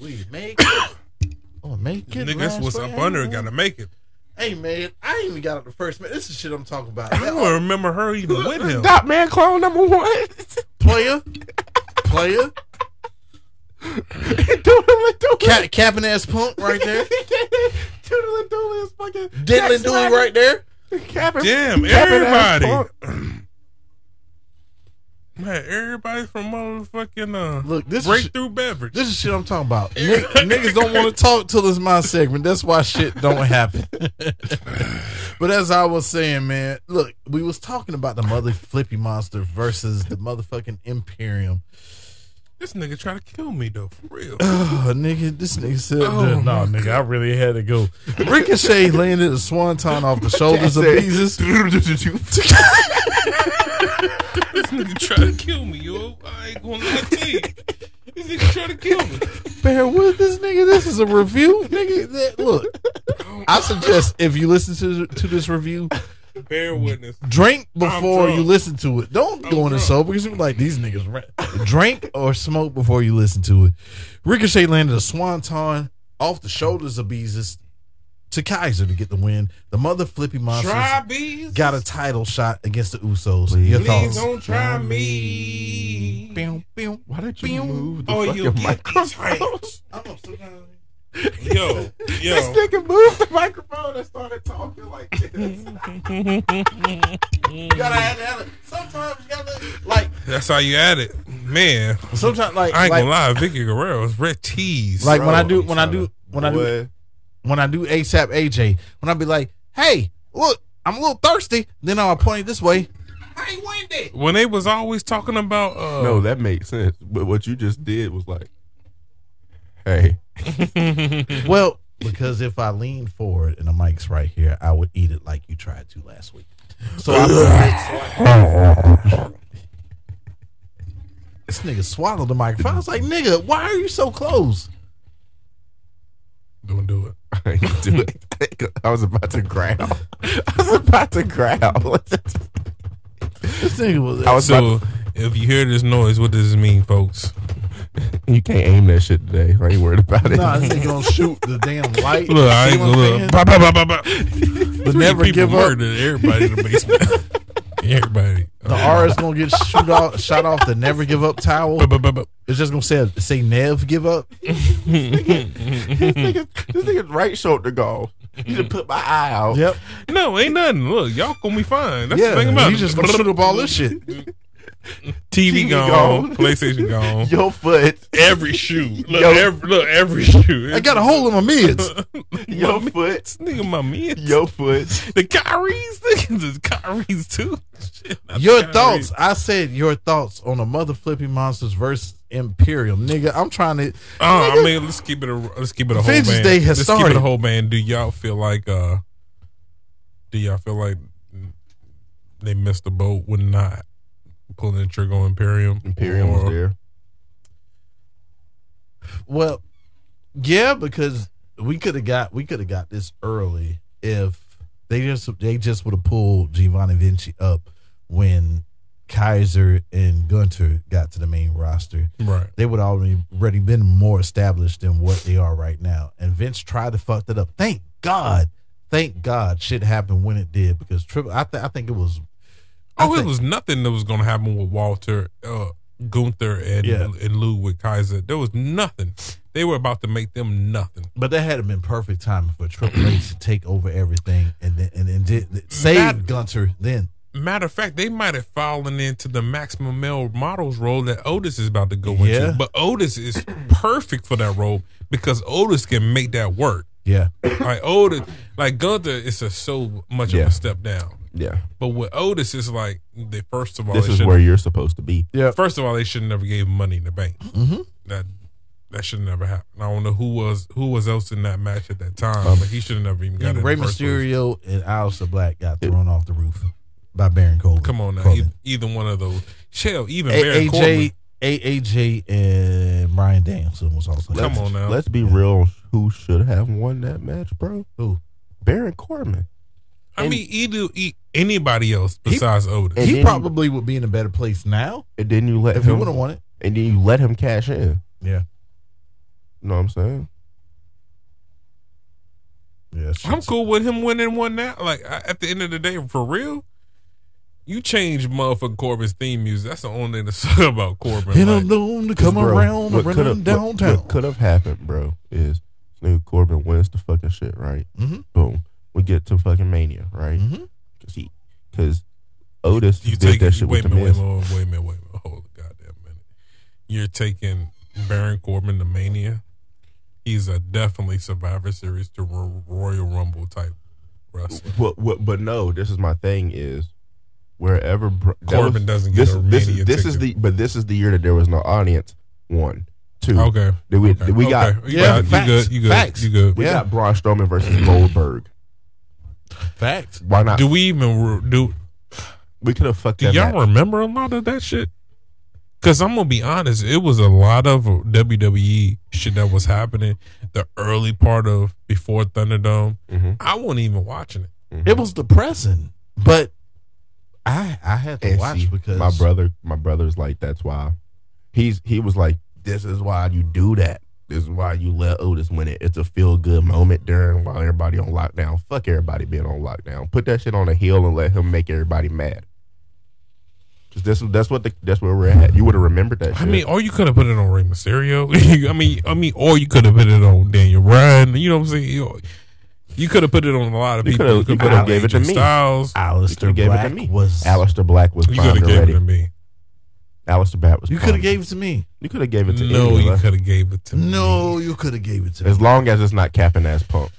Speaker 3: we make Oh, make it.
Speaker 1: Nigga, that's what's up under it. Gotta make it.
Speaker 3: Hey, man, I ain't even got up the first man. This is shit I'm talking about.
Speaker 1: I don't remember her even with him.
Speaker 2: Dot man clone number one.
Speaker 3: player, player,
Speaker 2: doodle doodle.
Speaker 3: Ca- capping ass punk right [laughs] there.
Speaker 2: doodle doodle is fucking.
Speaker 3: Diddling doing right there.
Speaker 2: Capping,
Speaker 1: Damn,
Speaker 2: capping ass
Speaker 1: everybody.
Speaker 2: punk.
Speaker 1: [clears throat] Man, everybody from motherfucking uh
Speaker 3: Look, this is,
Speaker 1: breakthrough beverage.
Speaker 3: this is shit I'm talking about. [laughs] Nigg- niggas don't want to talk till it's my segment. That's why shit don't happen. [laughs] but as I was saying, man, look, we was talking about the mother flippy monster versus the motherfucking Imperium.
Speaker 1: This nigga try to kill me though, for real.
Speaker 3: Oh, nigga, this nigga said,
Speaker 1: Oh,
Speaker 3: "No, nigga, I really had to go." Ricochet landed a swanton off the shoulders
Speaker 1: [laughs]
Speaker 3: of Jesus.
Speaker 1: this nigga try to kill me, yo. I ain't gonna lie to you. This nigga try to kill me.
Speaker 3: Bear with this nigga. This is a review, nigga. That, look, I suggest if you listen to to this review,
Speaker 1: Bear witness.
Speaker 3: drink before
Speaker 1: drunk.
Speaker 3: you listen to it. Don't go in
Speaker 1: drunk.
Speaker 3: it sober because you're like these niggas. ra- Drink or smoke before you listen to it. Ricochet landed a swanton off the shoulders of Jesus to Kaiser to get the win. The mother flippy monsters.
Speaker 1: Try bees.
Speaker 3: got a title shot against the Usos. Your
Speaker 1: Please
Speaker 3: thoughts?
Speaker 1: don't try me.
Speaker 3: Boom, boom.
Speaker 2: Why did you
Speaker 3: Pew.
Speaker 2: move the
Speaker 1: Oh, you
Speaker 2: fucking
Speaker 1: get these
Speaker 2: microphone?
Speaker 3: [laughs]
Speaker 1: hands. Yo,
Speaker 2: This
Speaker 1: yo.
Speaker 2: nigga moved the microphone and started talking like this.
Speaker 3: You gotta have, have it. Sometimes you gotta like.
Speaker 1: That's how you add it. Man,
Speaker 3: Sometimes like
Speaker 1: I ain't
Speaker 3: like,
Speaker 1: gonna lie, Vicky Guerrero is red tease.
Speaker 3: like when
Speaker 2: Bro,
Speaker 3: I do
Speaker 2: I'm
Speaker 3: when I
Speaker 2: tryna-
Speaker 3: do when I do
Speaker 2: Boy,
Speaker 3: when I do ASAP AJ when I be like, hey, look, I'm a little thirsty. Then I'll point it this way. Hey, Wendy.
Speaker 1: when they was always talking about uh
Speaker 2: No, that makes sense. But what you just did was like, hey,
Speaker 3: Well, because if I lean forward and the mic's right here, I would eat it like you tried to last week. So I put it. so I- this nigga swallowed the microphone. I was like, nigga, why are you so close?
Speaker 2: [laughs]
Speaker 1: don't do it.
Speaker 2: I ain't do it. I was about to growl. [laughs] I was about to growl. [laughs]
Speaker 3: This nigga was.
Speaker 2: I was
Speaker 1: So if you hear this noise, what does this mean, folks?
Speaker 2: You can't aim that shit today. I ain't worried about it. [laughs]
Speaker 3: [laughs] Nah, this nigga [laughs] gonna shoot the damn light.
Speaker 1: Look, I
Speaker 3: See
Speaker 1: ain't
Speaker 3: what I'm
Speaker 1: gonna
Speaker 3: saying?
Speaker 1: look. Bah, bah, bah, bah, bah. Three
Speaker 3: never
Speaker 1: people
Speaker 3: give up. [laughs]
Speaker 1: murdered everybody in the basement. Everybody.
Speaker 3: The R is gonna get shoot off, shot off the never give up towel.
Speaker 1: Bu- bu- bu- bu-
Speaker 3: It's just gonna say say Nev give up.
Speaker 2: this, nigga, this nigga's right shoulder gone. You just put my eye out.
Speaker 3: Yep.
Speaker 1: No, ain't nothing. Look, y'all gonna be fine. That's the
Speaker 3: yeah.
Speaker 1: thing about
Speaker 3: you
Speaker 1: it.
Speaker 3: just gonna shoot
Speaker 1: [laughs]
Speaker 3: up all this shit.
Speaker 1: TV,
Speaker 2: TV
Speaker 1: gone,
Speaker 3: [laughs]
Speaker 1: [laughs]
Speaker 2: gone.
Speaker 1: PlayStation gone.
Speaker 2: Your foot, [laughs]
Speaker 1: Every shoe. Look,
Speaker 2: Yo.
Speaker 1: every, look, every shoe.
Speaker 3: I got a hole in my [laughs] mids.
Speaker 2: your foot,
Speaker 1: nigga, my man.
Speaker 2: your foot.
Speaker 1: The Kyrie's, [laughs] niggas is Kyrie's too. Shit, not
Speaker 3: Your
Speaker 1: the Kyries.
Speaker 3: thoughts. I said your thoughts on the mother flipping monsters versus Imperium, nigga. I'm trying to.
Speaker 1: Uh, I mean, let's keep it. A, let's keep it a whole
Speaker 3: Vengeance
Speaker 1: band.
Speaker 3: Day has
Speaker 1: let's keep
Speaker 3: started.
Speaker 1: it a whole band. Do y'all feel like? uh Do y'all feel like they missed the boat with not pulling the trigger on Imperium?
Speaker 2: Imperium
Speaker 1: Or-
Speaker 2: was there.
Speaker 3: Well, yeah, because we could have got we could have got this early if they just they just would have pulled Giovanni Vinci up when Kaiser and Gunter got to the main roster.
Speaker 1: Right.
Speaker 3: They would already already been more established than what they are right now. And Vince tried to fuck that up. Thank God. Thank God shit happened when it did because triple I, th- I think it was I
Speaker 1: Oh, it
Speaker 3: think-
Speaker 1: was nothing that was going to happen with Walter, uh, Gunther, and
Speaker 3: Yeah.
Speaker 1: and Lou with Kaiser. There was nothing. They were about to make them nothing.
Speaker 3: But that had been perfect timing for Triple H to take over everything and then and, and did, save
Speaker 1: That-
Speaker 3: Gunter then.
Speaker 1: Matter of fact, they might have fallen into the maximum male models role that Otis is about to go
Speaker 3: Yeah.
Speaker 1: into. But Otis is perfect for that role because Otis can make that work.
Speaker 3: Yeah.
Speaker 1: Like Otis, like Gunther, is a, so much of
Speaker 2: Yeah.
Speaker 1: a step down.
Speaker 2: Yeah,
Speaker 1: But with Otis, it's like they first of all,
Speaker 2: this
Speaker 1: they
Speaker 2: is
Speaker 1: should-
Speaker 2: where you're supposed to be.
Speaker 3: Yeah.
Speaker 1: First of all, they should have never gave him money in the bank.
Speaker 2: Mm-hmm.
Speaker 1: That that should never happen. I don't know who was who was else in that match at that time,
Speaker 2: Um,
Speaker 1: but he should have never even got it. in
Speaker 3: Rey
Speaker 1: the first place.
Speaker 3: Mysterio and Alistair Black got thrown off the roof by Baron Corbin.
Speaker 1: Come on now,
Speaker 3: Corbin.
Speaker 1: either, either one of those. Shell, even
Speaker 3: A-
Speaker 1: Baron
Speaker 3: AJ
Speaker 1: Corbin.
Speaker 3: A- AJ and Brian Danielson was also
Speaker 1: Come
Speaker 3: there.
Speaker 1: on now.
Speaker 2: Let's be real. Who should have won that match, bro?
Speaker 3: Who?
Speaker 2: Baron Corbin.
Speaker 1: I mean, either e- anybody else besides Otis.
Speaker 2: and
Speaker 3: He
Speaker 2: then-
Speaker 3: probably would be in a better place now
Speaker 2: And then you let
Speaker 3: if he
Speaker 2: him.
Speaker 3: would have won it.
Speaker 2: and then you let him cash in.
Speaker 3: Yeah.
Speaker 2: You know what I'm saying?
Speaker 3: Yeah. it's
Speaker 1: I'm
Speaker 3: true.
Speaker 1: cool with him winning one now. Like I, at the end of the day, for real. You change motherfucking Corbin's theme music. That's [laughs] the only thing to say about Corbin.
Speaker 3: Hit
Speaker 1: Like,
Speaker 3: him alone to come around and run him downtown.
Speaker 2: What could have happened, bro, is Snoop Corbin wins the fucking shit, right?
Speaker 3: Mhm.
Speaker 2: Boom. We get to fucking Mania, right?
Speaker 3: Mhm.
Speaker 2: Because he, because Otis
Speaker 1: You
Speaker 2: did
Speaker 1: take
Speaker 2: that shit
Speaker 1: wait
Speaker 2: with
Speaker 1: a
Speaker 2: the
Speaker 1: minute, wait
Speaker 2: Miz.
Speaker 1: a minute, wait a minute, wait a minute. Hold a goddamn minute. You're taking Baron Corbin to Mania. He's a definitely Survivor Series to Ro- Royal Rumble type wrestler.
Speaker 2: What, what, but no, this is my thing is wherever br- that
Speaker 1: Corbin
Speaker 2: was-
Speaker 1: doesn't get
Speaker 2: this,
Speaker 1: a
Speaker 2: this,
Speaker 1: Mania
Speaker 2: this is the
Speaker 1: ticket.
Speaker 2: but this is the year that there was no audience. One, two.
Speaker 1: Okay.
Speaker 2: Then we
Speaker 1: okay,
Speaker 2: then we got
Speaker 1: okay.
Speaker 3: Yeah,
Speaker 1: you, got,
Speaker 3: facts,
Speaker 1: you good. You good.
Speaker 3: facts.
Speaker 1: You good.
Speaker 2: we
Speaker 3: Yeah.
Speaker 2: got Braun Strowman versus Goldberg.
Speaker 3: Fact.
Speaker 2: Why not?
Speaker 1: Do we even re- do?
Speaker 2: we could have fucked
Speaker 1: Do
Speaker 2: that.
Speaker 1: y'all
Speaker 2: match.
Speaker 1: remember a lot of that shit? Because I'm gonna be honest, it was a lot of WWE shit that was happening the early part of before Thunderdome.
Speaker 2: Mhm.
Speaker 1: I wasn't even watching it.
Speaker 2: mm-hmm.
Speaker 3: It was depressing, but I I had to
Speaker 2: And
Speaker 3: watch
Speaker 2: see,
Speaker 3: because
Speaker 2: my brother, my brother's like, that's why. He's he was like, this is why you do that. This is why you let Otis win it. It's a feel good moment during while everybody on lockdown. Fuck everybody being on lockdown. Put that shit on a hill and let him make everybody mad. Cause that's that's what the that's where we're at. You would have remembered that. Shit.
Speaker 1: I mean, or you could have put it on Rey Mysterio. [laughs] I mean, I mean, or you could have put it on Daniel Bryan. You know what I'm saying? You, you could have put it on a lot of
Speaker 2: You
Speaker 1: people.
Speaker 2: coulda-
Speaker 1: you could
Speaker 2: you
Speaker 1: put it
Speaker 2: coulda
Speaker 1: on
Speaker 2: gave it to
Speaker 1: AJ
Speaker 2: me.
Speaker 1: Styles.
Speaker 3: Alistair
Speaker 2: you gave
Speaker 3: Black
Speaker 2: it to me.
Speaker 3: was
Speaker 2: Alistair Black was
Speaker 1: You could
Speaker 2: primed
Speaker 1: have
Speaker 2: and
Speaker 1: gave
Speaker 2: ready.
Speaker 1: it to me.
Speaker 2: Alistair Black was.
Speaker 3: You could have
Speaker 2: primed.
Speaker 3: gave it to me.
Speaker 2: You could have gave it to.
Speaker 1: No,
Speaker 2: any of
Speaker 1: you
Speaker 2: us.
Speaker 1: could have gave it to me.
Speaker 3: No, you could have gave it to me.
Speaker 2: As long as it's not capping ass pump,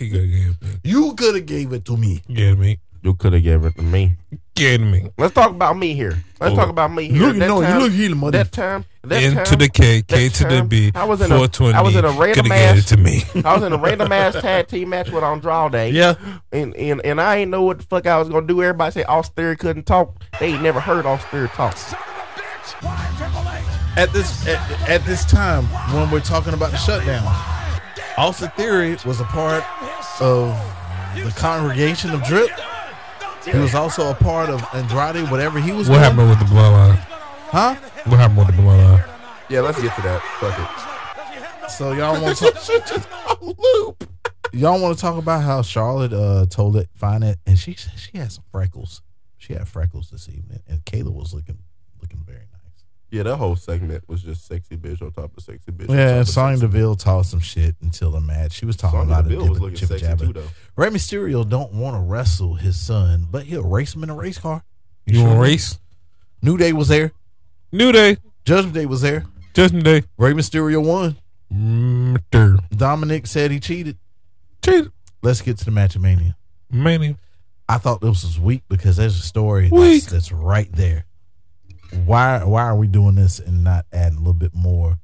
Speaker 1: you could have gave it. To me.
Speaker 3: You could have gave it to me.
Speaker 1: You Get me?
Speaker 2: you could have gave it to me.
Speaker 1: Get me?
Speaker 2: Let's talk about me here. Let's
Speaker 1: Oh.
Speaker 2: talk about me here.
Speaker 3: Look,
Speaker 2: That
Speaker 3: no, you
Speaker 2: time-
Speaker 3: look here, mother.
Speaker 2: That time, that
Speaker 1: N to
Speaker 2: time-
Speaker 1: the K, K
Speaker 2: that
Speaker 1: to the
Speaker 2: time,
Speaker 1: B.
Speaker 2: I was in a-
Speaker 1: 420.
Speaker 2: I was in a random
Speaker 1: Could have gave
Speaker 2: ass-
Speaker 1: E. it to me.
Speaker 2: I was in a random ass tag team match with Andrade.
Speaker 3: Yeah.
Speaker 2: And, and and I ain't know what the fuck I was gonna do. Everybody say Austere couldn't talk. They ain't never heard Austere talk.
Speaker 3: At this at, at this time when we're talking about the shutdown, Austin Theory was a part of the congregation of Drip. He was also a part of Andrade, whatever he
Speaker 1: [laughs]
Speaker 3: was
Speaker 1: what
Speaker 3: doing.
Speaker 1: happened with the bloodline?
Speaker 3: Huh?
Speaker 1: What happened with the bloodline?
Speaker 2: Yeah, let's get to that. Fuck
Speaker 3: So y'all want [laughs] to
Speaker 2: Loop.
Speaker 3: y'all want to talk about how Charlotte uh, told it, find it, and she said she had some freckles. She had freckles this evening, and Kayla was looking looking very nice.
Speaker 2: Yeah, that whole segment was just sexy bitch on top of sexy bitch. on top
Speaker 3: Yeah,
Speaker 2: of
Speaker 3: Sonya
Speaker 2: sexy-
Speaker 3: Deville talked some shit until the match. She was talking
Speaker 2: Sonya
Speaker 3: about a
Speaker 2: Deville
Speaker 3: lot
Speaker 2: was
Speaker 3: of
Speaker 2: looking
Speaker 3: different jibber
Speaker 2: sexy
Speaker 3: jabber.
Speaker 2: too, though.
Speaker 3: Rey Mysterio don't want to wrestle his son, but he'll race him in a race car.
Speaker 1: You want to race?
Speaker 3: New Day was there.
Speaker 1: New Day,
Speaker 3: Judgment Day was there.
Speaker 1: Judgment Day.
Speaker 3: Rey Mysterio won.
Speaker 1: Mr.
Speaker 3: Dominic said he cheated.
Speaker 1: Cheat.
Speaker 3: Let's get to the match of Mania.
Speaker 1: Mania.
Speaker 3: I thought this was weak because there's a story that's,
Speaker 1: Weak.
Speaker 3: that's right there. Why why are we doing this and not adding a little bit more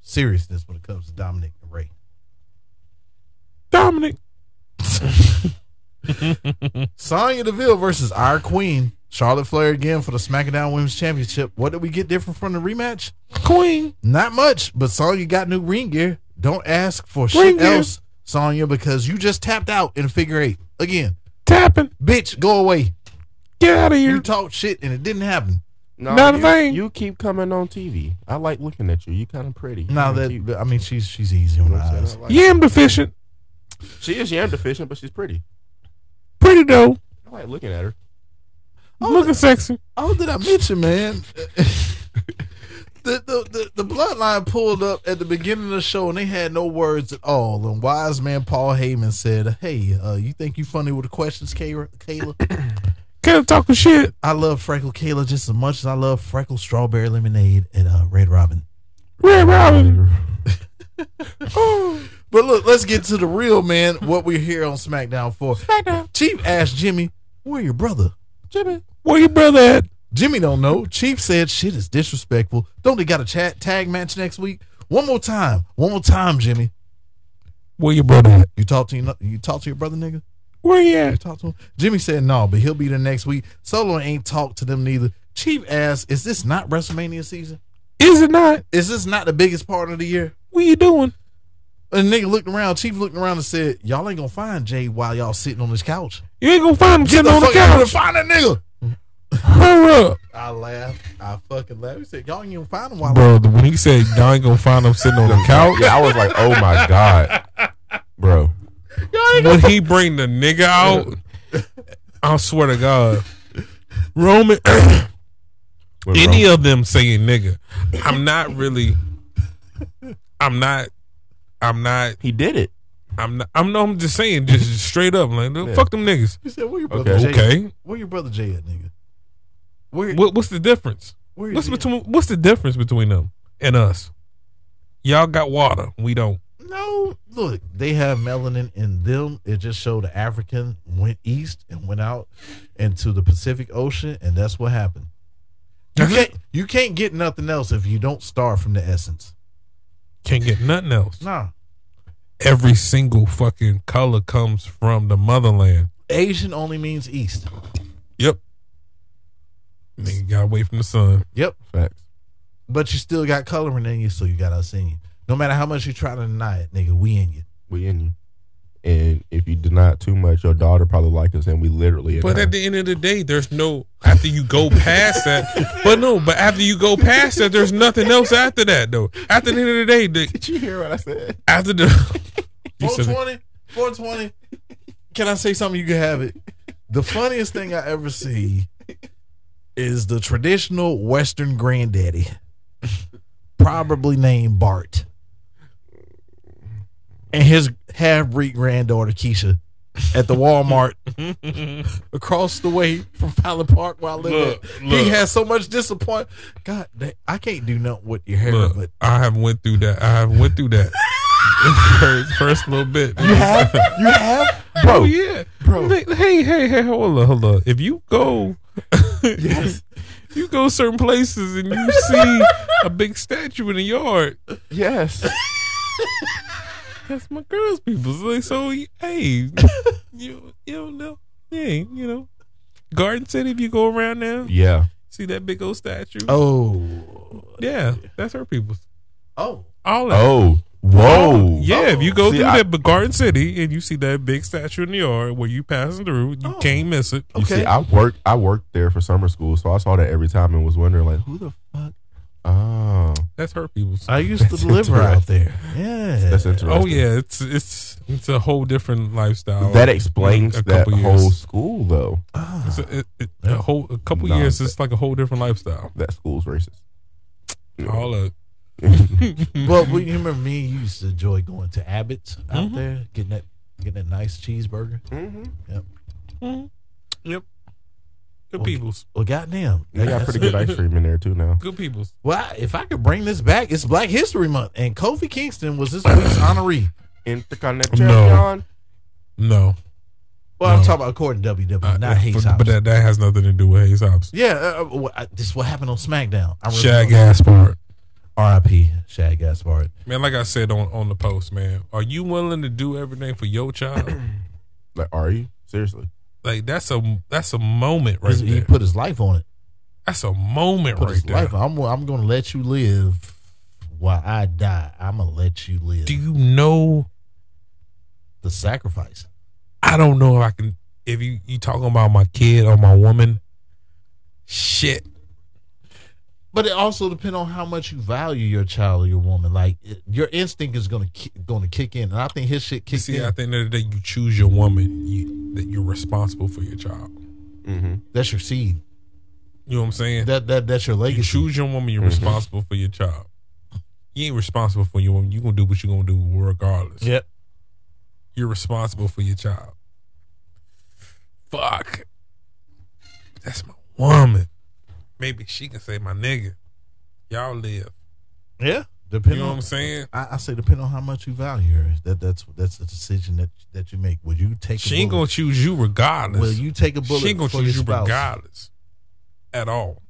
Speaker 3: seriousness when it comes to Dominic and Ray?
Speaker 1: Dominic.
Speaker 3: Sonya Deville versus our queen, Charlotte Flair again for the SmackDown Women's Championship. What did we get different from the rematch?
Speaker 1: Queen.
Speaker 3: Not much, but Sonya got new ring gear. Don't ask for
Speaker 1: Ring
Speaker 3: shit
Speaker 1: gear.
Speaker 3: else, Sonya, because you just tapped out in a figure eight. Again,
Speaker 1: Tapping.
Speaker 3: bitch, go away.
Speaker 1: Get out of
Speaker 3: You
Speaker 1: here.
Speaker 3: talked shit and it didn't happen.
Speaker 2: No,
Speaker 1: Not a
Speaker 2: you,
Speaker 1: thing.
Speaker 2: You keep coming on TV. I like looking at you. You kind of pretty. You
Speaker 3: Now
Speaker 2: kinda
Speaker 3: that
Speaker 2: cute.
Speaker 3: I mean, she's she's easy on
Speaker 2: You
Speaker 3: the
Speaker 2: know what I'm
Speaker 3: eyes.
Speaker 2: saying? I like-
Speaker 1: Yam deficient.
Speaker 2: She is yam deficient, but she's pretty.
Speaker 1: Pretty though.
Speaker 2: I like looking at her.
Speaker 1: Looking sexy.
Speaker 3: Oh, did I mention, man? [laughs] The, the, the, the bloodline pulled up at the beginning of the show and they had no words at all. And wise man Paul Heyman said, Hey, uh, you think you funny with the questions, Kayla? Kayla?
Speaker 1: Can't talk shit.
Speaker 3: I love Freckle Kayla just as much as I love Freckle Strawberry Lemonade at uh, Red Robin.
Speaker 1: Red
Speaker 2: [laughs]
Speaker 1: Robin. oh,
Speaker 3: But look, let's get to the real man, what we're here on SmackDown for.
Speaker 1: SmackDown.
Speaker 3: Chief asked Jimmy, Where your brother?
Speaker 2: Jimmy.
Speaker 1: where your brother at?
Speaker 3: Jimmy don't know. Chief said shit is disrespectful. Don't they got a chat tag match next week? One more time. One more time, Jimmy.
Speaker 1: Where your brother at?
Speaker 3: You talk to your, you talk to your brother, nigga.
Speaker 1: Where you at?
Speaker 3: You talk to him. Jimmy said no, but he'll be there next week. Solo ain't talked to them neither. Chief asked, "Is this not WrestleMania season?
Speaker 1: Is it not?
Speaker 3: Is this not the biggest part of the year?"
Speaker 1: What you doing?
Speaker 3: And the nigga looked around. Chief looked around and said, "Y'all ain't gonna find Jay while y'all sitting on this couch.
Speaker 1: You ain't gonna find him
Speaker 3: Get
Speaker 1: getting on the
Speaker 3: fuck out of
Speaker 1: couch.
Speaker 3: here, Find that nigga."
Speaker 1: Hurry up.
Speaker 3: I laughed. I fucking laughed. He said, "Y'all ain't gonna find him while."
Speaker 1: Bro, when he said y'all ain't gonna find him sitting on the couch,
Speaker 2: Yeah, I was like, oh my god, bro.
Speaker 1: when he bring the nigga out, I swear to God, Roman, [clears throat]
Speaker 2: When
Speaker 1: any
Speaker 2: Roman-
Speaker 1: of them saying nigga, I'm not really, I'm not, I'm not,
Speaker 2: he did it.
Speaker 1: I'm not, I'm no, I'm just saying, just, just straight up, like
Speaker 2: Yeah.
Speaker 1: fuck them niggas.
Speaker 3: He said, "Where your brother
Speaker 2: Okay.
Speaker 3: Jay? at?
Speaker 1: Okay,
Speaker 3: Where your brother Jay at, nigga? Where?
Speaker 1: what, what's the difference?
Speaker 3: where is
Speaker 1: What's
Speaker 3: he at?
Speaker 1: between, what's the difference between them and us? Y'all got water, we don't.
Speaker 3: No, look, they have melanin in them. It just showed the African went east and went out into the Pacific Ocean, and that's what happened. You
Speaker 1: Uh-huh.
Speaker 3: can't you can't get nothing else if you don't start from the essence.
Speaker 1: Can't get nothing else.
Speaker 3: Nah.
Speaker 1: Every single fucking color comes from the motherland.
Speaker 3: Asian only means east.
Speaker 1: Yep. Nigga got away from the sun.
Speaker 3: Yep.
Speaker 2: Facts.
Speaker 3: But you still got coloring in you, so you got us in you. No matter how much you try to deny it, nigga, we in you.
Speaker 2: We in you. And if you deny too much, your daughter probably like us, and we literally.
Speaker 1: But at the end of the day, there's no after you go past [laughs] that. But no, but after you go past that, there's nothing else after that though. After the end of the day, the,
Speaker 2: did you hear what I said?
Speaker 1: after the [laughs] you said it.
Speaker 3: 420, 420. Can I say something? You can have it. The funniest thing I ever see is the traditional Western granddaddy, probably named Bart, and his half breed granddaughter Keisha at the Walmart
Speaker 1: [laughs]
Speaker 3: across the way from Fallon Park where I live.
Speaker 1: Look,
Speaker 3: at.
Speaker 1: look.
Speaker 3: He has so much disappointment. God, dang, I can't do nothing with your hair,
Speaker 1: Look,
Speaker 3: but
Speaker 1: I have went through that. I have went through that [laughs] first, first little bit. You
Speaker 2: have? You have, bro.
Speaker 1: Oh yeah,
Speaker 2: Bro.
Speaker 1: Hey, hey, hey, hey, hold up, hold up. If you go,
Speaker 2: Yes.
Speaker 1: [laughs] you go certain places and you see a big statue in the yard.
Speaker 2: [laughs] Yes.
Speaker 1: That's my girls, people. So, like, so hey, you you don't know, hey, you know, Garden City. If you go around now,
Speaker 2: yeah.
Speaker 1: see that big old statue.
Speaker 3: oh,
Speaker 1: yeah, that's her people's.
Speaker 3: oh,
Speaker 1: All that.
Speaker 2: Oh. Whoa.
Speaker 1: Yeah, if you go
Speaker 2: See,
Speaker 1: through
Speaker 2: I-
Speaker 1: that Garden City and you see that big statue in the yard where you passing through, you
Speaker 3: Oh.
Speaker 1: can't miss it.
Speaker 2: You
Speaker 3: okay.
Speaker 2: see, I worked. I worked there for summer school, so I saw that every time and was wondering, like, who the fuck Oh,
Speaker 1: That's her people's.
Speaker 3: I used to
Speaker 2: That's
Speaker 3: deliver out
Speaker 2: interesting.
Speaker 3: there. Yeah.
Speaker 2: that's interesting.
Speaker 1: Oh yeah, it's it's it's a whole different lifestyle.
Speaker 2: That explains
Speaker 1: A
Speaker 2: that
Speaker 1: couple
Speaker 2: whole
Speaker 1: years.
Speaker 2: school, though.
Speaker 3: Ah.
Speaker 1: It's a, it, it- a whole a couple
Speaker 2: Nah,
Speaker 1: years.
Speaker 2: but-
Speaker 1: It's like a whole different lifestyle.
Speaker 2: That school's racist.
Speaker 1: All of
Speaker 3: Well, we, you remember me and you used to enjoy going to Abbott's out
Speaker 1: Mm-hmm.
Speaker 3: there, getting that getting that nice cheeseburger.
Speaker 2: Mm-hmm.
Speaker 1: good people's,
Speaker 3: Well, goddamn,
Speaker 2: They got pretty good ice cream in there too now.
Speaker 1: good people's.
Speaker 3: Well, I- if I could bring this back, it's Black History Month, and Kofi Kingston was
Speaker 1: [coughs]
Speaker 3: this week's honoree.
Speaker 2: Intercontinental
Speaker 1: No.
Speaker 2: champion.
Speaker 1: No,
Speaker 3: Well, I'm
Speaker 1: No.
Speaker 3: talking about according to WWE,
Speaker 1: Uh,
Speaker 3: not Hayes
Speaker 1: but, but
Speaker 3: Hobbs.
Speaker 1: that, that has nothing to do with Hayes Hobbs.
Speaker 3: Yeah, uh, uh, well, I, this is what happened on SmackDown. I
Speaker 1: Shag
Speaker 3: remember-
Speaker 1: ass part.
Speaker 3: R.I.P. Shag Gaspard.
Speaker 1: Man, like I said on, on the post, man, are you willing to do everything for your
Speaker 3: [clears throat]
Speaker 1: child?
Speaker 2: Like, are you seriously?
Speaker 1: like that's a that's a moment right
Speaker 3: He's-
Speaker 1: there.
Speaker 3: He put his life on it.
Speaker 1: that's a moment
Speaker 3: Put
Speaker 1: right
Speaker 3: his
Speaker 1: there.
Speaker 3: life. on- I'm I'm gonna let you live while I die. I'm gonna let you live.
Speaker 1: Do you know?
Speaker 3: the sacrifice.
Speaker 1: I don't know if I can. If you you talking about my kid or my woman,
Speaker 3: [laughs]
Speaker 1: shit.
Speaker 3: But it also depends on how much you value your child or your woman. Like it- your instinct is gonna ki- gonna kick in, and I think his
Speaker 1: You
Speaker 3: shit kicked
Speaker 1: see,
Speaker 3: in.
Speaker 1: I think the day you choose your woman, you, that you're responsible for your child.
Speaker 2: Mm-hmm.
Speaker 3: That's your seed.
Speaker 1: You know what I'm saying?
Speaker 3: That that that's your
Speaker 1: you
Speaker 3: legacy.
Speaker 1: choose your woman, you're
Speaker 3: Mm-hmm.
Speaker 1: responsible for your child. You ain't responsible for your woman. You gonna do what you gonna do regardless.
Speaker 3: Yep.
Speaker 1: You're responsible for your child. Fuck. That's my woman. Maybe she can say my nigga. Y'all live.
Speaker 3: Yeah.
Speaker 1: You
Speaker 3: Depending
Speaker 1: know what
Speaker 3: on
Speaker 1: I'm saying?
Speaker 3: I, I say depending on how much you value her. That that's that's the decision that that you make. Will you take?
Speaker 1: She
Speaker 3: a
Speaker 1: ain't gonna
Speaker 3: bullet?
Speaker 1: choose you regardless.
Speaker 3: Will you take a bullet?
Speaker 1: she ain't gonna
Speaker 3: for your
Speaker 1: choose you
Speaker 3: spouse?
Speaker 1: regardless. At all.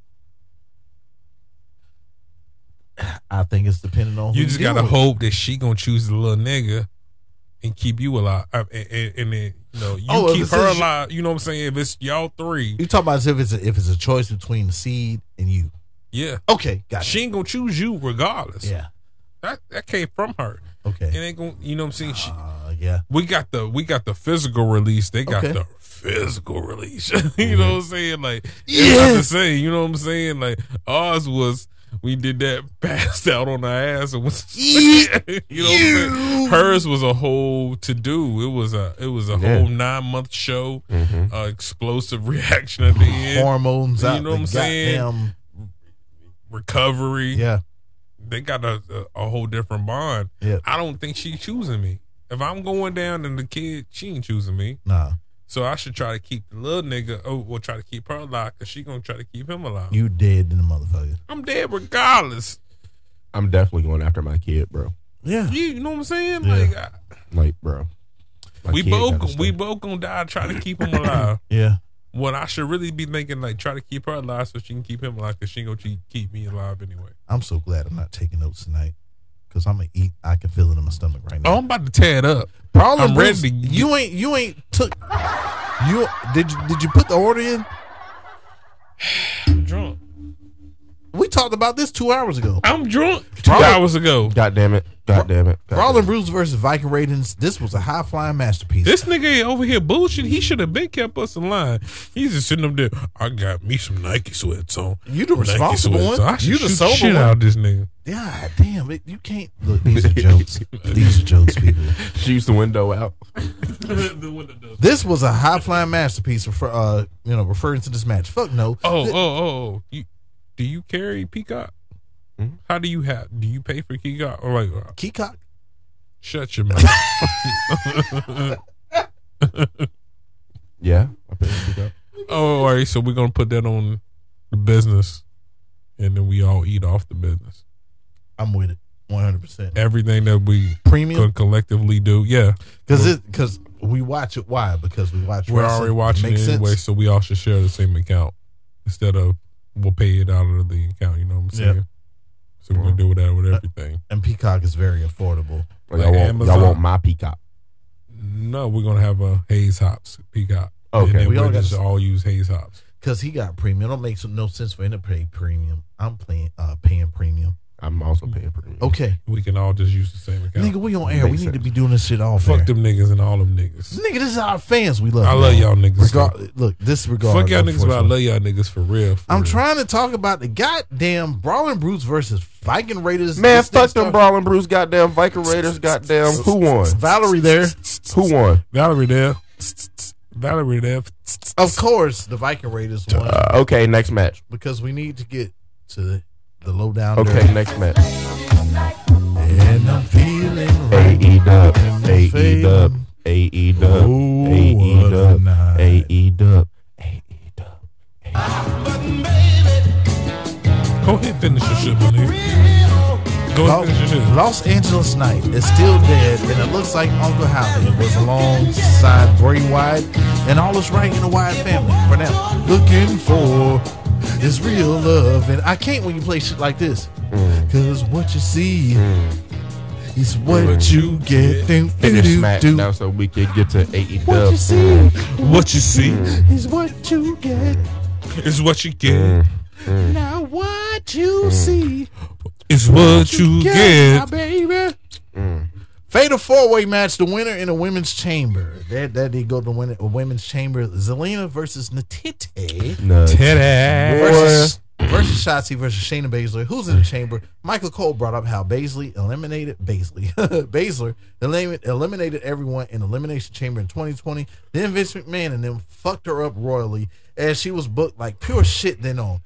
Speaker 3: I think it's dependent on who
Speaker 1: You just
Speaker 3: deal
Speaker 1: gotta
Speaker 3: with.
Speaker 1: hope that she gonna choose the little nigga and keep you alive. Uh, and, and, and then you know you
Speaker 3: Oh, if
Speaker 1: keep
Speaker 3: it's
Speaker 1: her
Speaker 3: his-
Speaker 1: alive. You know what I'm saying? If it's y'all three,
Speaker 3: You talk about as if it's a, if it's a choice between the seed and you.
Speaker 1: yeah,
Speaker 3: Okay, gotcha.
Speaker 1: she ain't gonna choose you regardless.
Speaker 3: yeah.
Speaker 1: That that came from her. It
Speaker 3: Okay.
Speaker 1: ain't gonna. You know what I'm saying? She,
Speaker 3: Uh, yeah.
Speaker 1: we got the we got the physical release. They got
Speaker 3: Okay. Mm-hmm.
Speaker 1: the physical release. [laughs] you know what I'm saying? Like it's not the same. You know what I'm saying? Like ours was we did that [laughs] passed out on our ass and was [laughs] you know what I'm saying? Hers was a whole to do. It was a it was a
Speaker 2: Yeah.
Speaker 1: whole nine month show.
Speaker 2: Mm-hmm.
Speaker 1: Uh, explosive [laughs] reaction at the end.
Speaker 3: Hormones
Speaker 1: You know
Speaker 3: out. the
Speaker 1: what I'm saying?
Speaker 3: goddamn-
Speaker 1: Recovery.
Speaker 3: Yeah.
Speaker 1: They got a, a, a whole different bond.
Speaker 3: Yeah.
Speaker 1: I don't think she choosing me. If I'm going down and the kid, she ain't choosing me.
Speaker 3: Nah.
Speaker 1: So I should try to keep the little nigga. Oh, well, try to keep her alive because she gonna try to keep him alive.
Speaker 3: You dead in the motherfucker.
Speaker 1: I'm dead regardless.
Speaker 2: I'm definitely going after my kid, bro.
Speaker 3: Yeah.
Speaker 1: You, you know what I'm saying?
Speaker 3: Yeah.
Speaker 1: Like I,
Speaker 2: Like, bro. My
Speaker 1: we
Speaker 2: kid gotta
Speaker 1: both
Speaker 2: stay.
Speaker 1: we both gonna die trying to keep him alive.
Speaker 3: Yeah.
Speaker 1: What I should really be thinking like try to keep her alive so she can keep him alive because she gonna keep- keep me alive anyway.
Speaker 3: I'm so glad I'm not taking notes tonight. Cause I'm gonna eat. I can feel it in my stomach right now.
Speaker 1: Oh, I'm about to tear it up.
Speaker 3: problem
Speaker 1: I'm ready
Speaker 3: is,
Speaker 1: to get-
Speaker 3: you ain't you ain't took you did you, did you put the order in?
Speaker 1: I'm drunk.
Speaker 3: We talked about this two hours ago.
Speaker 1: I'm drunk. Two
Speaker 2: Bro-
Speaker 1: hours ago.
Speaker 2: God damn it! God damn it! God
Speaker 3: Brawling
Speaker 2: damn it.
Speaker 3: Bruce versus Viking Raiders. This was a high flying masterpiece.
Speaker 1: This nigga ain't over here bullshit. He should have been kept us in line. He's just sitting up there. I got me some Nike sweats on.
Speaker 3: You the
Speaker 1: Nike
Speaker 3: responsible
Speaker 1: sweats
Speaker 3: one.
Speaker 1: on." I should
Speaker 3: You the
Speaker 1: shoot
Speaker 3: sober
Speaker 1: shit
Speaker 3: one.
Speaker 1: out of this nigga.
Speaker 3: God damn it! You can't. Look, these
Speaker 1: [laughs]
Speaker 3: are jokes. these are jokes, people.
Speaker 2: She's the window out.
Speaker 3: This was a high flying masterpiece. Refer, uh, you know, referring to this match. Fuck no.
Speaker 1: Oh, oh, oh! You, do you carry Peacock? How do you have? Do you pay for Peacock? Or like, uh,
Speaker 3: Keycock.
Speaker 1: shut your mouth. [laughs]
Speaker 2: Yeah. I picked it up.
Speaker 1: oh, all right. So we're gonna put that on the business, and then we all eat off the business.
Speaker 3: I'm with it. One hundred percent.
Speaker 1: Everything that we
Speaker 3: Premium.
Speaker 1: could collectively do, yeah,
Speaker 3: Because it because we watch it. Why? Because we watch.
Speaker 1: we're
Speaker 3: wrestling.
Speaker 1: already watching
Speaker 3: Makes
Speaker 1: it anyway,
Speaker 3: sense.
Speaker 1: so we all should share the same account instead of we'll pay it out of the account. You know what I'm
Speaker 3: Yeah. uh,
Speaker 1: saying? So we're gonna do that with everything.
Speaker 3: And Peacock is very affordable.
Speaker 2: Y'all,
Speaker 1: Like
Speaker 2: want,
Speaker 1: Amazon.
Speaker 2: y'all want my peacock?
Speaker 1: No, we're gonna have a Hayes hops Peacock.
Speaker 2: Okay.
Speaker 1: and then
Speaker 3: We
Speaker 1: we
Speaker 3: all
Speaker 1: will
Speaker 3: got
Speaker 1: just
Speaker 3: the-
Speaker 1: all use Hayes hops.
Speaker 3: Cause he got premium. It don't make no sense for him to pay premium. I'm playing uh paying premium.
Speaker 2: I'm also paying premium.
Speaker 3: Okay,
Speaker 1: We can all just use the same account.
Speaker 3: nigga, we on air. We need
Speaker 2: Makes
Speaker 3: to
Speaker 2: sense.
Speaker 3: be doing this shit all
Speaker 1: Fuck
Speaker 3: air.
Speaker 1: them niggas and all them niggas.
Speaker 3: Nigga, this is our fans. We love.
Speaker 1: I love y'all niggas.
Speaker 3: Regar- look, this regard.
Speaker 1: Fuck y'all niggas, but I love y'all niggas for real. for
Speaker 3: I'm
Speaker 1: real.
Speaker 3: trying to talk about the goddamn Brawling Brutes versus Viking Raiders.
Speaker 2: Man,
Speaker 3: This
Speaker 2: fuck
Speaker 3: next
Speaker 2: them
Speaker 3: talk-
Speaker 2: Brawling Bruce, goddamn Viking Raiders, goddamn. Who won?
Speaker 3: Valerie there.
Speaker 2: Who won?
Speaker 1: Valerie there. Valerie there.
Speaker 3: Of course, the Viking Raiders won
Speaker 2: Uh, okay, next match.
Speaker 3: because we need to get to the, the lowdown.
Speaker 2: Okay,
Speaker 3: dirty.
Speaker 2: next match.
Speaker 3: And I'm feeling right.
Speaker 2: AE E dub, AE dub, AE dub,
Speaker 3: Ooh,
Speaker 2: AE
Speaker 3: what a
Speaker 2: dub,
Speaker 3: night.
Speaker 2: AE dub, AE dub.
Speaker 1: Go ahead and finish your shit, my nigga. Go ahead and finish your shit.
Speaker 3: Los Angeles Night is still dead, and it looks like Uncle Howard was alongside Bray Wyatt and all is right in the Wyatt family for now. Looking for is real love, and I can't when you play shit like this, cause what you see is Mm. what, you get. Do, do,
Speaker 2: Finish
Speaker 3: do,
Speaker 2: match
Speaker 3: do.
Speaker 2: now so we can get to AE
Speaker 3: What
Speaker 2: dub.
Speaker 3: you see
Speaker 1: What you see
Speaker 3: is what you get.
Speaker 1: is what you get.
Speaker 3: Now what you see
Speaker 1: Is what you
Speaker 3: Yeah,
Speaker 1: get.
Speaker 3: baby. Mm. Fatal four way match, the winner in the women's chamber. That that did go to the win- women's chamber. Zelina versus Natite
Speaker 2: Nuts.
Speaker 1: Ted
Speaker 3: versus versus Shotzi versus Shayna Baszler. Who's in the chamber? Michael Cole brought up how Baszler eliminated Baszler. [laughs] Baszler elim- eliminated everyone in elimination chamber in 2020. Then Vince McMahon and them fucked her up royally as she was booked like pure shit. Then on,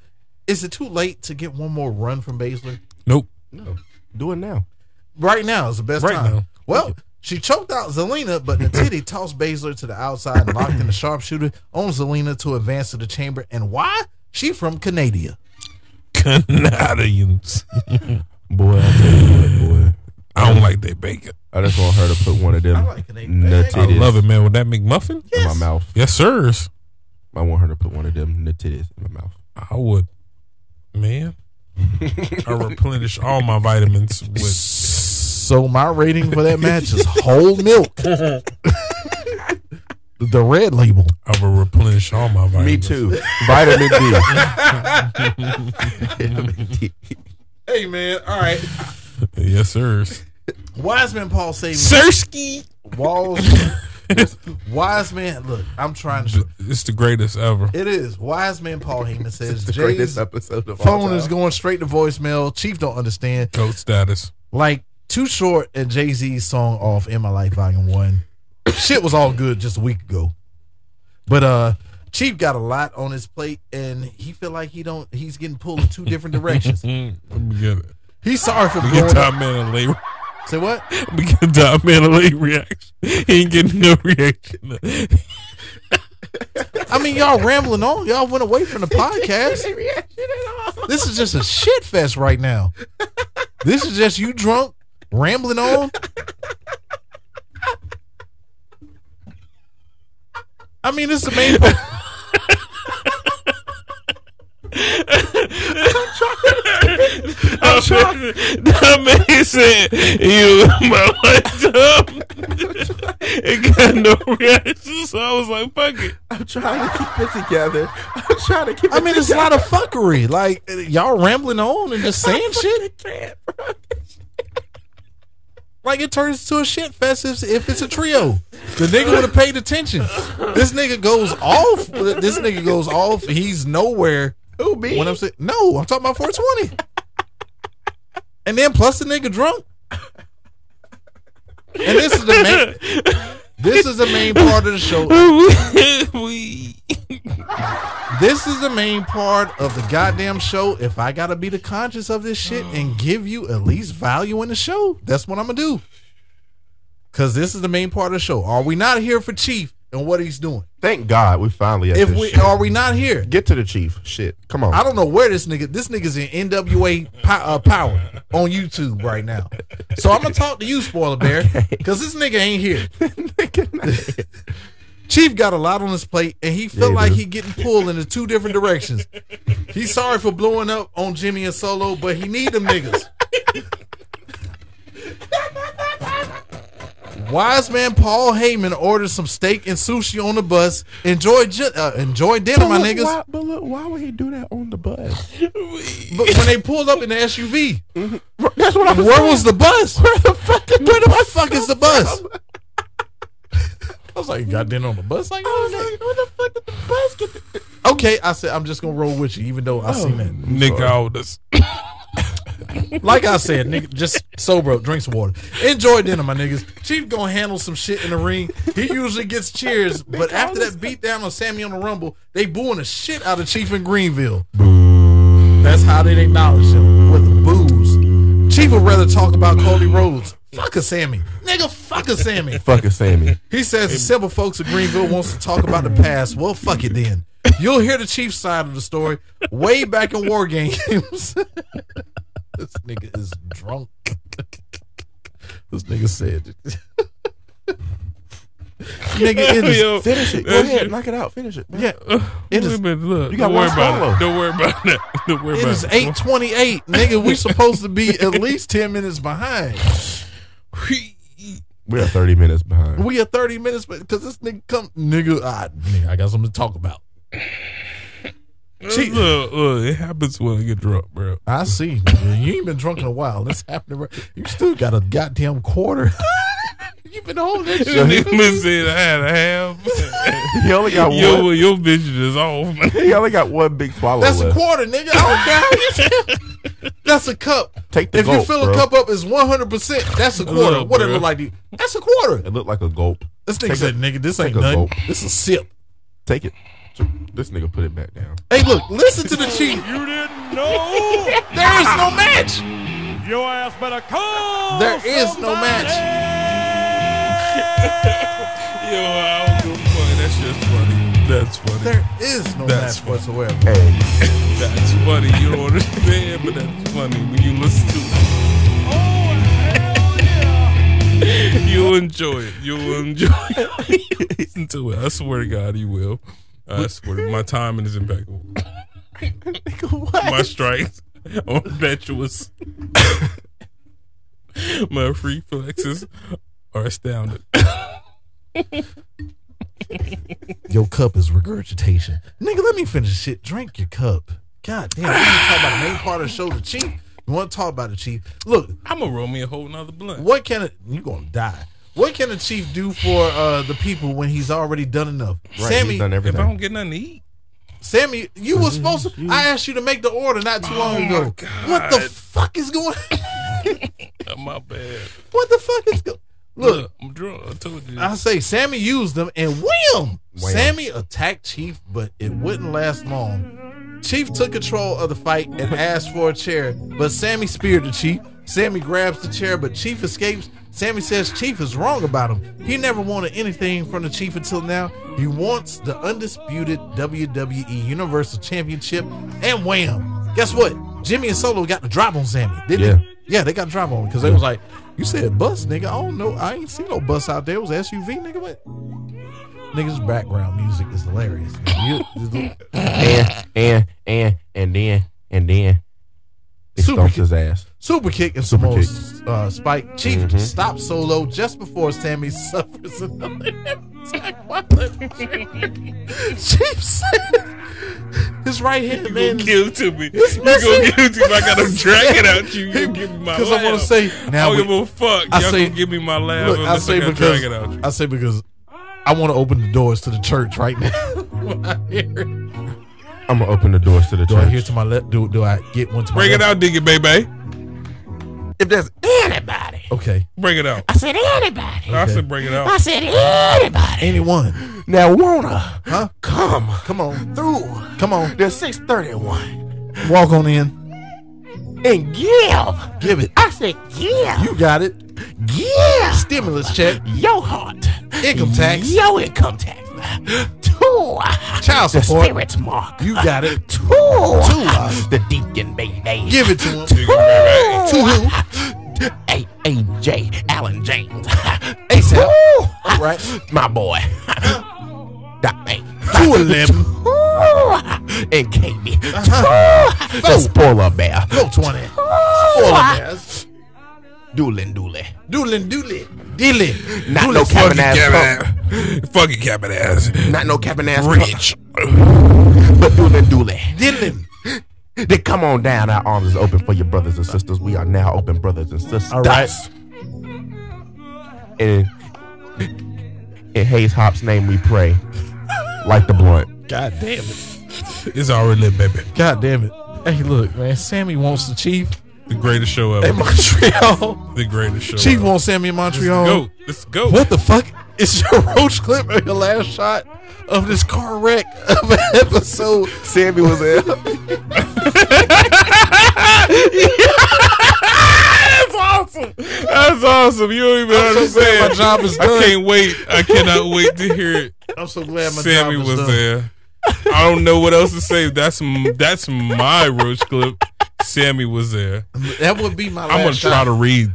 Speaker 3: is it too late to get one more run from Baszler?
Speaker 1: Nope. [laughs]
Speaker 2: Do it now.
Speaker 3: Right now is the best
Speaker 1: Right
Speaker 3: time.
Speaker 1: now.
Speaker 3: Well, she choked out Zelina, but Natiti tossed Baszler to the outside and locked in the sharpshooter on Zelina to advance to the chamber. And why? She from Canada.
Speaker 1: Canadians.
Speaker 2: Boy, I tell you what, boy.
Speaker 1: I don't like that bacon.
Speaker 2: I just want her to put one of them
Speaker 3: like Canadian
Speaker 2: nut
Speaker 1: I
Speaker 2: titties
Speaker 1: love it, man. With that McMuffin?
Speaker 2: in my mouth.
Speaker 1: Yes, sirs.
Speaker 2: I want her to put one of them nut titties in my mouth.
Speaker 1: I would.
Speaker 2: [laughs]
Speaker 1: Man. I replenish all my vitamins with
Speaker 3: So my rating for that match is whole milk. [laughs] the red label.
Speaker 1: I will replenish all my vitamins.
Speaker 2: Me too. [laughs] Vitamin D.
Speaker 3: [laughs]
Speaker 2: Vitamin D.
Speaker 3: Hey man, all right.
Speaker 1: Yes, sirs.
Speaker 3: Wiseman Paul saved
Speaker 1: Sirski.
Speaker 3: me. Walls. Wiseman, look, I'm trying to.
Speaker 1: It's the greatest ever.
Speaker 3: It is. Wiseman Paul Heyman says
Speaker 2: The greatest
Speaker 3: Jay's
Speaker 2: episode of all
Speaker 3: phone
Speaker 2: time.
Speaker 3: is going straight to voicemail. Chief don't understand.
Speaker 1: Goat status.
Speaker 3: like Too Short and Jay Z's song off "In My Life Volume One." Shit was all good just a week ago, but uh, Chief got a lot on his plate, and he feel like he don't. He's getting pulled in two different
Speaker 1: [laughs]
Speaker 3: directions.
Speaker 1: Mm, let me get it.
Speaker 3: He's sorry for
Speaker 1: We get
Speaker 3: blowing up.
Speaker 1: Top Man a late.
Speaker 3: Say what?
Speaker 1: We get Top Man a late reaction. He ain't getting no reaction. [laughs]
Speaker 3: I mean, y'all rambling on. Y'all went away from the podcast. This is just a shit fest right now. This is just you drunk rambling on. I mean, this is the main. I'm trying
Speaker 1: I'm sure. That man said, "You [laughs] my laptop." it got no reaction, so I was like, "Fuck it."
Speaker 2: I'm trying to keep it together. I'm trying to keep
Speaker 3: I mean, it's a lot of fuckery. Like y'all rambling on and just saying shit. Like it turns to a shit fest if, if it's a trio. The nigga would have paid attention. This nigga goes off. This nigga goes off. He's nowhere.
Speaker 2: Who, me?
Speaker 3: When I'm saying no, I'm talking about 420. And then plus the nigga drunk. And this is the main. This is the main part of the show.
Speaker 1: [laughs] we
Speaker 3: This is the main part of the goddamn show. If I gotta be the conscious of this shit
Speaker 2: Oh.
Speaker 3: and give you at least value in the show, that's what I'm gonna do. Cause this is the main part of the show. Are we not here for Chief and what he's doing?
Speaker 2: Thank God we finally at
Speaker 3: If
Speaker 2: this
Speaker 3: we
Speaker 2: shit.
Speaker 3: are we not here?
Speaker 2: get to the chief. Shit, come [laughs] on.
Speaker 3: I don't know where this nigga. This nigga's in NWA po- uh, Power on YouTube right now. So I'm gonna talk to you,
Speaker 2: [laughs]
Speaker 3: Spoiler Bear, because this nigga ain't here. Chief got a lot on his plate, and he felt
Speaker 2: he
Speaker 3: like
Speaker 2: do.
Speaker 3: he getting pulled into two different directions. He's sorry for blowing up on Jimmy and Solo, but he need them niggas. Wise man Paul Heyman ordered some steak and sushi on the bus. Enjoy, ju- uh, enjoy dinner, my niggas.
Speaker 2: Why, but look, why would he do that on the bus?
Speaker 3: But when they pulled up in the SUV,
Speaker 2: That's what I'm.
Speaker 3: where was the bus? Where the fuck? Where the fuck is the bus? [laughs] I was like, you got dinner on the bus? Like,
Speaker 2: Where the fuck did the bus get? The-
Speaker 3: okay. I said, I'm just gonna roll with you, even though I seen that.
Speaker 1: Nick Aldis.
Speaker 3: Like I said, nigga, just sober up, drink some water. Enjoy dinner, my niggas. Chief gonna handle some shit in the ring. He usually gets cheers, but after that beatdown on Sammy on the Rumble, they booing the shit out of Chief in Greenville. That's how they acknowledge him with boos. Chief would rather talk about Cody Rhodes. Fuck a Sammy. Nigga, fuck a Sammy.
Speaker 2: fuck a Sammy.
Speaker 3: He says the several folks in Greenville wants to talk about the past. Well, fuck it then. You'll hear the Chiefs side of the story way back in War Games. [laughs] this nigga is drunk. this nigga said it. nigga, it is-
Speaker 1: Yo,
Speaker 2: Finish it. Go
Speaker 1: that's
Speaker 2: ahead.
Speaker 1: your-
Speaker 2: Knock it out. Finish it. man.
Speaker 3: yeah, it
Speaker 1: Wait
Speaker 3: is
Speaker 1: a minute, look,
Speaker 2: You got
Speaker 1: don't
Speaker 2: one
Speaker 1: worry about
Speaker 2: swallow.
Speaker 1: it. Don't worry about that. Don't worry
Speaker 3: it
Speaker 1: about
Speaker 3: is eight twenty eight, nigga. We supposed to be at least ten minutes behind.
Speaker 2: We are 30 minutes behind.
Speaker 3: We are thirty minutes, because this nigga come, nigga. Ah, nigga, I got something to talk about. Chief-
Speaker 1: Look, look, it happens when I get drunk, bro.
Speaker 3: I see. nigga. You ain't been drunk in a while. This happening. right- You still got a goddamn [laughs] quarter. You've been holding
Speaker 1: [laughs]
Speaker 3: that
Speaker 1: You
Speaker 3: shit.
Speaker 1: said I had a
Speaker 4: [laughs]
Speaker 1: half.
Speaker 2: He only got
Speaker 1: Yo,
Speaker 2: one.
Speaker 1: your vision is off. man.
Speaker 2: He only got one big swallow
Speaker 3: That's a
Speaker 2: left.
Speaker 3: quarter, nigga. I don't care. how you- That's a cup.
Speaker 2: Take the
Speaker 3: if you
Speaker 2: gulp,
Speaker 3: fill
Speaker 2: bro.
Speaker 3: a cup up, it's one hundred percent. That's a quarter.
Speaker 1: Little,
Speaker 3: What it
Speaker 1: bro.
Speaker 3: look like? to you? That's a quarter.
Speaker 2: It looked like a gulp.
Speaker 3: This
Speaker 2: Take
Speaker 3: nigga
Speaker 2: a-
Speaker 3: said, "Nigga, this ain't
Speaker 2: a
Speaker 3: nothing.
Speaker 2: gulp.
Speaker 3: This a sip."
Speaker 2: Take it. This nigga put it back down.
Speaker 3: Hey, look. Listen to the [laughs] chief.
Speaker 4: You didn't know?
Speaker 1: [laughs]
Speaker 3: There is no match.
Speaker 4: Your ass better call.
Speaker 3: There is
Speaker 4: [laughs]
Speaker 3: no match.
Speaker 1: Yo, I don't give a fuck. That's just funny. That's funny.
Speaker 3: There is no
Speaker 1: That's
Speaker 3: match whatsoever.
Speaker 2: Hey,
Speaker 1: That's funny. You don't [laughs] understand, but that's funny when you listen to it. [laughs] You'll enjoy it. You'll enjoy [laughs] it. when you listen to it. I swear to God, you will. I swear. My timing is impeccable. My strikes are impetuous. [laughs] My reflexes are astounded.
Speaker 3: Your cup is regurgitation. Nigga, let me finish shit. Drink your cup. God damn, we need to talk about the main part of the show, the chief. You want to talk about the chief? Look,
Speaker 1: I'm gonna roll me a whole nother blunt.
Speaker 3: what can a, you gonna die? What can a chief do for uh, the people when he's already done enough?
Speaker 2: right,
Speaker 3: Sammy,
Speaker 2: he's done
Speaker 1: If I
Speaker 2: everything.
Speaker 1: don't get nothing to eat,
Speaker 3: Sammy, you were supposed to. I asked you to make the order not too long
Speaker 1: my
Speaker 3: ago. What the
Speaker 1: God.
Speaker 3: fuck is going? [laughs]
Speaker 1: uh, my bad.
Speaker 3: what the fuck is going? Look,
Speaker 1: Look, I'm drunk. I told you.
Speaker 3: I say Sammy used them and wham! Sammy attacked Chief, but it wouldn't last long. Chief took control of the fight and asked for a chair, but Sammy speared the Chief. Sammy grabs the chair, but Chief escapes. Sammy says Chief is wrong about him. He never wanted anything from the Chief until now. He wants the undisputed WWE Universal Championship, and wham! Guess what? Jimmy and Solo got the drop on Sammy, didn't
Speaker 2: Yeah.
Speaker 3: they? Yeah, they got drop on because they was like, "You said bus, nigga. I don't know. I ain't see no bus out there. It was SUV, nigga. What? Niggas background music is hilarious. man. You-
Speaker 2: And and and and then and then he
Speaker 3: Super
Speaker 2: stomped
Speaker 3: kick.
Speaker 2: his ass.
Speaker 3: Super kick and some more uh, spike. Chief
Speaker 1: Mm-hmm.
Speaker 3: stops Solo just before Sammy [laughs] suffers another attack. while in- [laughs] Chief said his right hand
Speaker 1: You
Speaker 3: man.
Speaker 1: gonna give it to me. You
Speaker 3: missing.
Speaker 1: gonna give it to me. I got
Speaker 3: [laughs]
Speaker 1: him dragging out you. You give me my
Speaker 3: Because I want
Speaker 1: laugh.
Speaker 3: to say now
Speaker 1: I
Speaker 3: we-
Speaker 1: don't give a fuck.
Speaker 3: I
Speaker 1: Y'all
Speaker 3: say-
Speaker 1: gonna give me my laugh
Speaker 3: Look, I
Speaker 1: unless I,
Speaker 3: say
Speaker 1: got
Speaker 3: because
Speaker 1: dragging out you.
Speaker 3: I say because I want to open the doors to the church right now. [laughs] When I hear it.
Speaker 2: I'm gonna open the doors to the
Speaker 3: Do I hear
Speaker 2: church.
Speaker 3: to my left? Do do I get one to my
Speaker 1: Bring it
Speaker 3: left?
Speaker 1: out, Diggy Baby.
Speaker 2: If there's anybody,
Speaker 3: Okay,
Speaker 1: Bring it out.
Speaker 2: I said anybody.
Speaker 1: I said bring it out.
Speaker 2: said anybody.
Speaker 3: anyone?
Speaker 2: Now wanna
Speaker 3: Huh?
Speaker 2: come
Speaker 3: Come on,
Speaker 2: through
Speaker 3: come on,
Speaker 2: the 631
Speaker 3: walk on in.
Speaker 2: and give.
Speaker 3: Give it.
Speaker 2: I said give.
Speaker 3: You got it.
Speaker 2: Give
Speaker 3: Stimulus check,
Speaker 2: your heart,
Speaker 3: income tax,
Speaker 2: your income tax to
Speaker 3: child
Speaker 2: the
Speaker 3: support.
Speaker 2: spirit's mark.
Speaker 3: You got it.
Speaker 2: to the deacon baby.
Speaker 3: Give it to him. To who?
Speaker 2: A A J Allen James. [laughs]
Speaker 3: ASAP.
Speaker 2: Woo!
Speaker 3: All [laughs] right.
Speaker 2: My boy. Got me.
Speaker 3: To eleven.
Speaker 2: [laughs] And KB.
Speaker 3: Uh-huh.
Speaker 2: The spoiler bear.
Speaker 3: Go twenty.
Speaker 2: Spoiler
Speaker 3: Yes.
Speaker 2: Doolin doolin.
Speaker 3: Doolin,
Speaker 1: [laughs]
Speaker 3: doolin, dilly.
Speaker 2: Not no cabin
Speaker 1: Fucking
Speaker 2: ass punk.
Speaker 1: cabin ass. Fucking cabin ass.
Speaker 2: Not no cabin ass
Speaker 1: Rich.
Speaker 2: punk. [laughs] But doolin doolin.
Speaker 3: Diddling.
Speaker 2: [laughs] Then come on down. Our arms is open for your brothers and sisters. We are now open brothers and sisters.
Speaker 3: All right.
Speaker 2: In, in Hayes Hop's name we pray. Like the [laughs] blunt.
Speaker 3: God damn it.
Speaker 1: It's already lit, baby.
Speaker 3: God damn it. Hey, look, man. Sammy wants the Chief
Speaker 1: The greatest show
Speaker 3: in [laughs]
Speaker 1: ever.
Speaker 3: Montreal.
Speaker 1: The greatest show.
Speaker 3: Chief
Speaker 1: ever.
Speaker 3: wants Sammy in Montreal.
Speaker 1: Go. Let's go.
Speaker 3: What the fuck is [laughs] your roach clip or your last shot of this car wreck of an episode?
Speaker 2: Sammy was in.
Speaker 1: That's awesome. That's awesome. You don't even understand.
Speaker 3: my job is
Speaker 1: I
Speaker 3: done.
Speaker 1: can't wait. I cannot wait to hear it.
Speaker 3: I'm so glad my
Speaker 1: Sammy
Speaker 3: job is
Speaker 1: was
Speaker 3: done.
Speaker 1: there. I don't know what else to say. That's m- that's my roach clip. Sammy was there.
Speaker 3: That would be my last
Speaker 1: I'm gonna
Speaker 3: shot.
Speaker 1: try to read.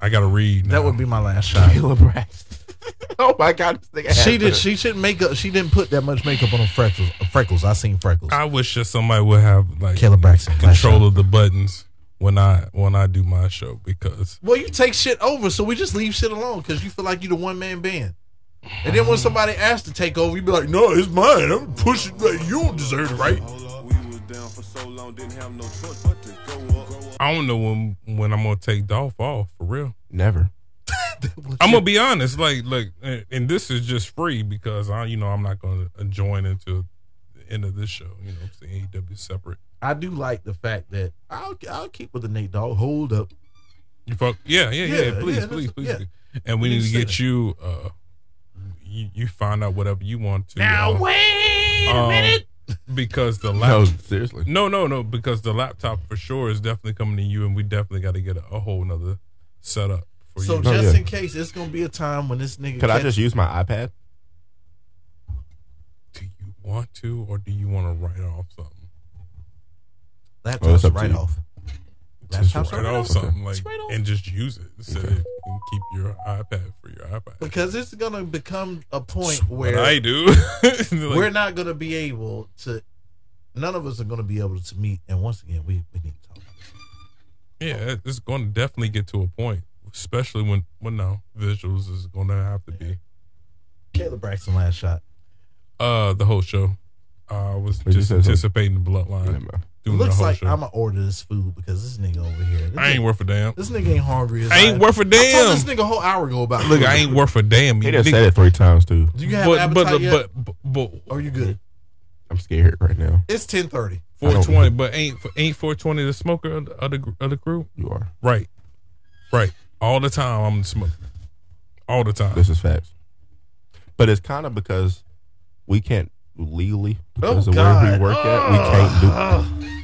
Speaker 1: I gotta read.
Speaker 3: that
Speaker 1: now.
Speaker 3: would be my last shot. [laughs]
Speaker 2: oh my god, this nigga
Speaker 3: She
Speaker 2: had
Speaker 3: did.
Speaker 2: to-
Speaker 3: She shouldn't make up. She didn't put that much makeup on her freckles. uh, Freckles. I seen freckles.
Speaker 2: Uh,
Speaker 1: I wish that somebody would have like
Speaker 3: Kayla Braxton. last
Speaker 1: control
Speaker 3: shot.
Speaker 1: of the buttons when I when I do my show because
Speaker 3: Well, you take shit over, so we just leave shit alone because you feel like you the one man band. And then when
Speaker 2: Mm.
Speaker 3: somebody asks to take over, you be like, "No, it's mine. I'm pushing. Like, you don't deserve it, right?"
Speaker 5: We was down for so long, didn't have no choice but to go up.
Speaker 1: I don't know when when I'm gonna take Dolph off for real.
Speaker 2: Never.
Speaker 1: I'm gonna be honest, like like, and, and this is just free because I you know I'm not gonna join into the end of this show. You know, what I'm saying AEW separate.
Speaker 3: I do like the fact that I'll I'll keep with the Nate dog. Hold up.
Speaker 1: You fuck yeah, yeah, yeah.
Speaker 3: Yeah,
Speaker 1: please,
Speaker 3: yeah, that's-
Speaker 1: please, please,
Speaker 3: yeah.
Speaker 1: do. And we
Speaker 3: You
Speaker 1: need to
Speaker 3: said
Speaker 1: get
Speaker 3: it.
Speaker 1: you. uh you, you find out whatever you want to. uh,
Speaker 3: wait
Speaker 1: um, Because
Speaker 3: [laughs]
Speaker 1: the
Speaker 2: No,
Speaker 1: laptop.
Speaker 2: seriously.
Speaker 1: No, no, no. Because the laptop for sure is definitely coming to you, and we definitely got to get a, a whole nother setup for
Speaker 3: So
Speaker 1: you.
Speaker 2: No,
Speaker 3: just
Speaker 2: Oh, yeah.
Speaker 3: in case, it's gonna be a time when this nigga.
Speaker 2: Could I
Speaker 3: catch-
Speaker 2: just use my iPad?
Speaker 1: do you want to, or do you want to write off something?
Speaker 2: Well, Oh, it's
Speaker 3: Laptops
Speaker 2: up to
Speaker 3: right
Speaker 2: you.
Speaker 3: off.
Speaker 1: Just
Speaker 3: Laptops
Speaker 1: write
Speaker 3: right
Speaker 1: off
Speaker 3: off.
Speaker 1: something like,
Speaker 3: It's right off.
Speaker 1: and just use it instead of and keep your iPad for your iPad.
Speaker 3: Because it's gonna become a point
Speaker 1: What
Speaker 3: where
Speaker 1: I do. [laughs]
Speaker 3: we're not gonna be able to. None of us are gonna be able to meet. And once again, we, we need to talk. about this.
Speaker 1: Yeah, it's going to definitely get to a point, especially when when now visuals is going to have to be
Speaker 3: Caleb Braxton last shot.
Speaker 1: uh the whole show. I was
Speaker 2: you
Speaker 1: just
Speaker 2: said something.
Speaker 1: anticipating the bloodline doing the
Speaker 3: Looks
Speaker 1: whole
Speaker 3: like
Speaker 1: show.
Speaker 3: I'ma order this food because this nigga over here. This
Speaker 1: I ain't
Speaker 3: nigga,
Speaker 1: worth a damn.
Speaker 3: this nigga ain't hungry. as
Speaker 1: I ain't worth a
Speaker 3: I told
Speaker 1: damn.
Speaker 3: this nigga a whole hour ago about.
Speaker 1: Look,
Speaker 3: food.
Speaker 1: I ain't worth a damn.
Speaker 2: He
Speaker 1: you
Speaker 2: just
Speaker 1: nigga.
Speaker 2: said it three times too.
Speaker 3: Do you have
Speaker 1: But but,
Speaker 3: appetite yet?
Speaker 1: but but but
Speaker 3: Are you good?
Speaker 2: I'm scared right now.
Speaker 3: It's ten thirty.
Speaker 1: four twenty. But ain't ain't four twenty the smoker of the, of the gr- of the group?
Speaker 2: You are.
Speaker 1: Right, right. All the time I'm the smoker. All the time.
Speaker 2: This is facts. But it's kind of because we can't legally because
Speaker 3: Oh,
Speaker 2: of where
Speaker 3: God.
Speaker 2: we work at, we can't do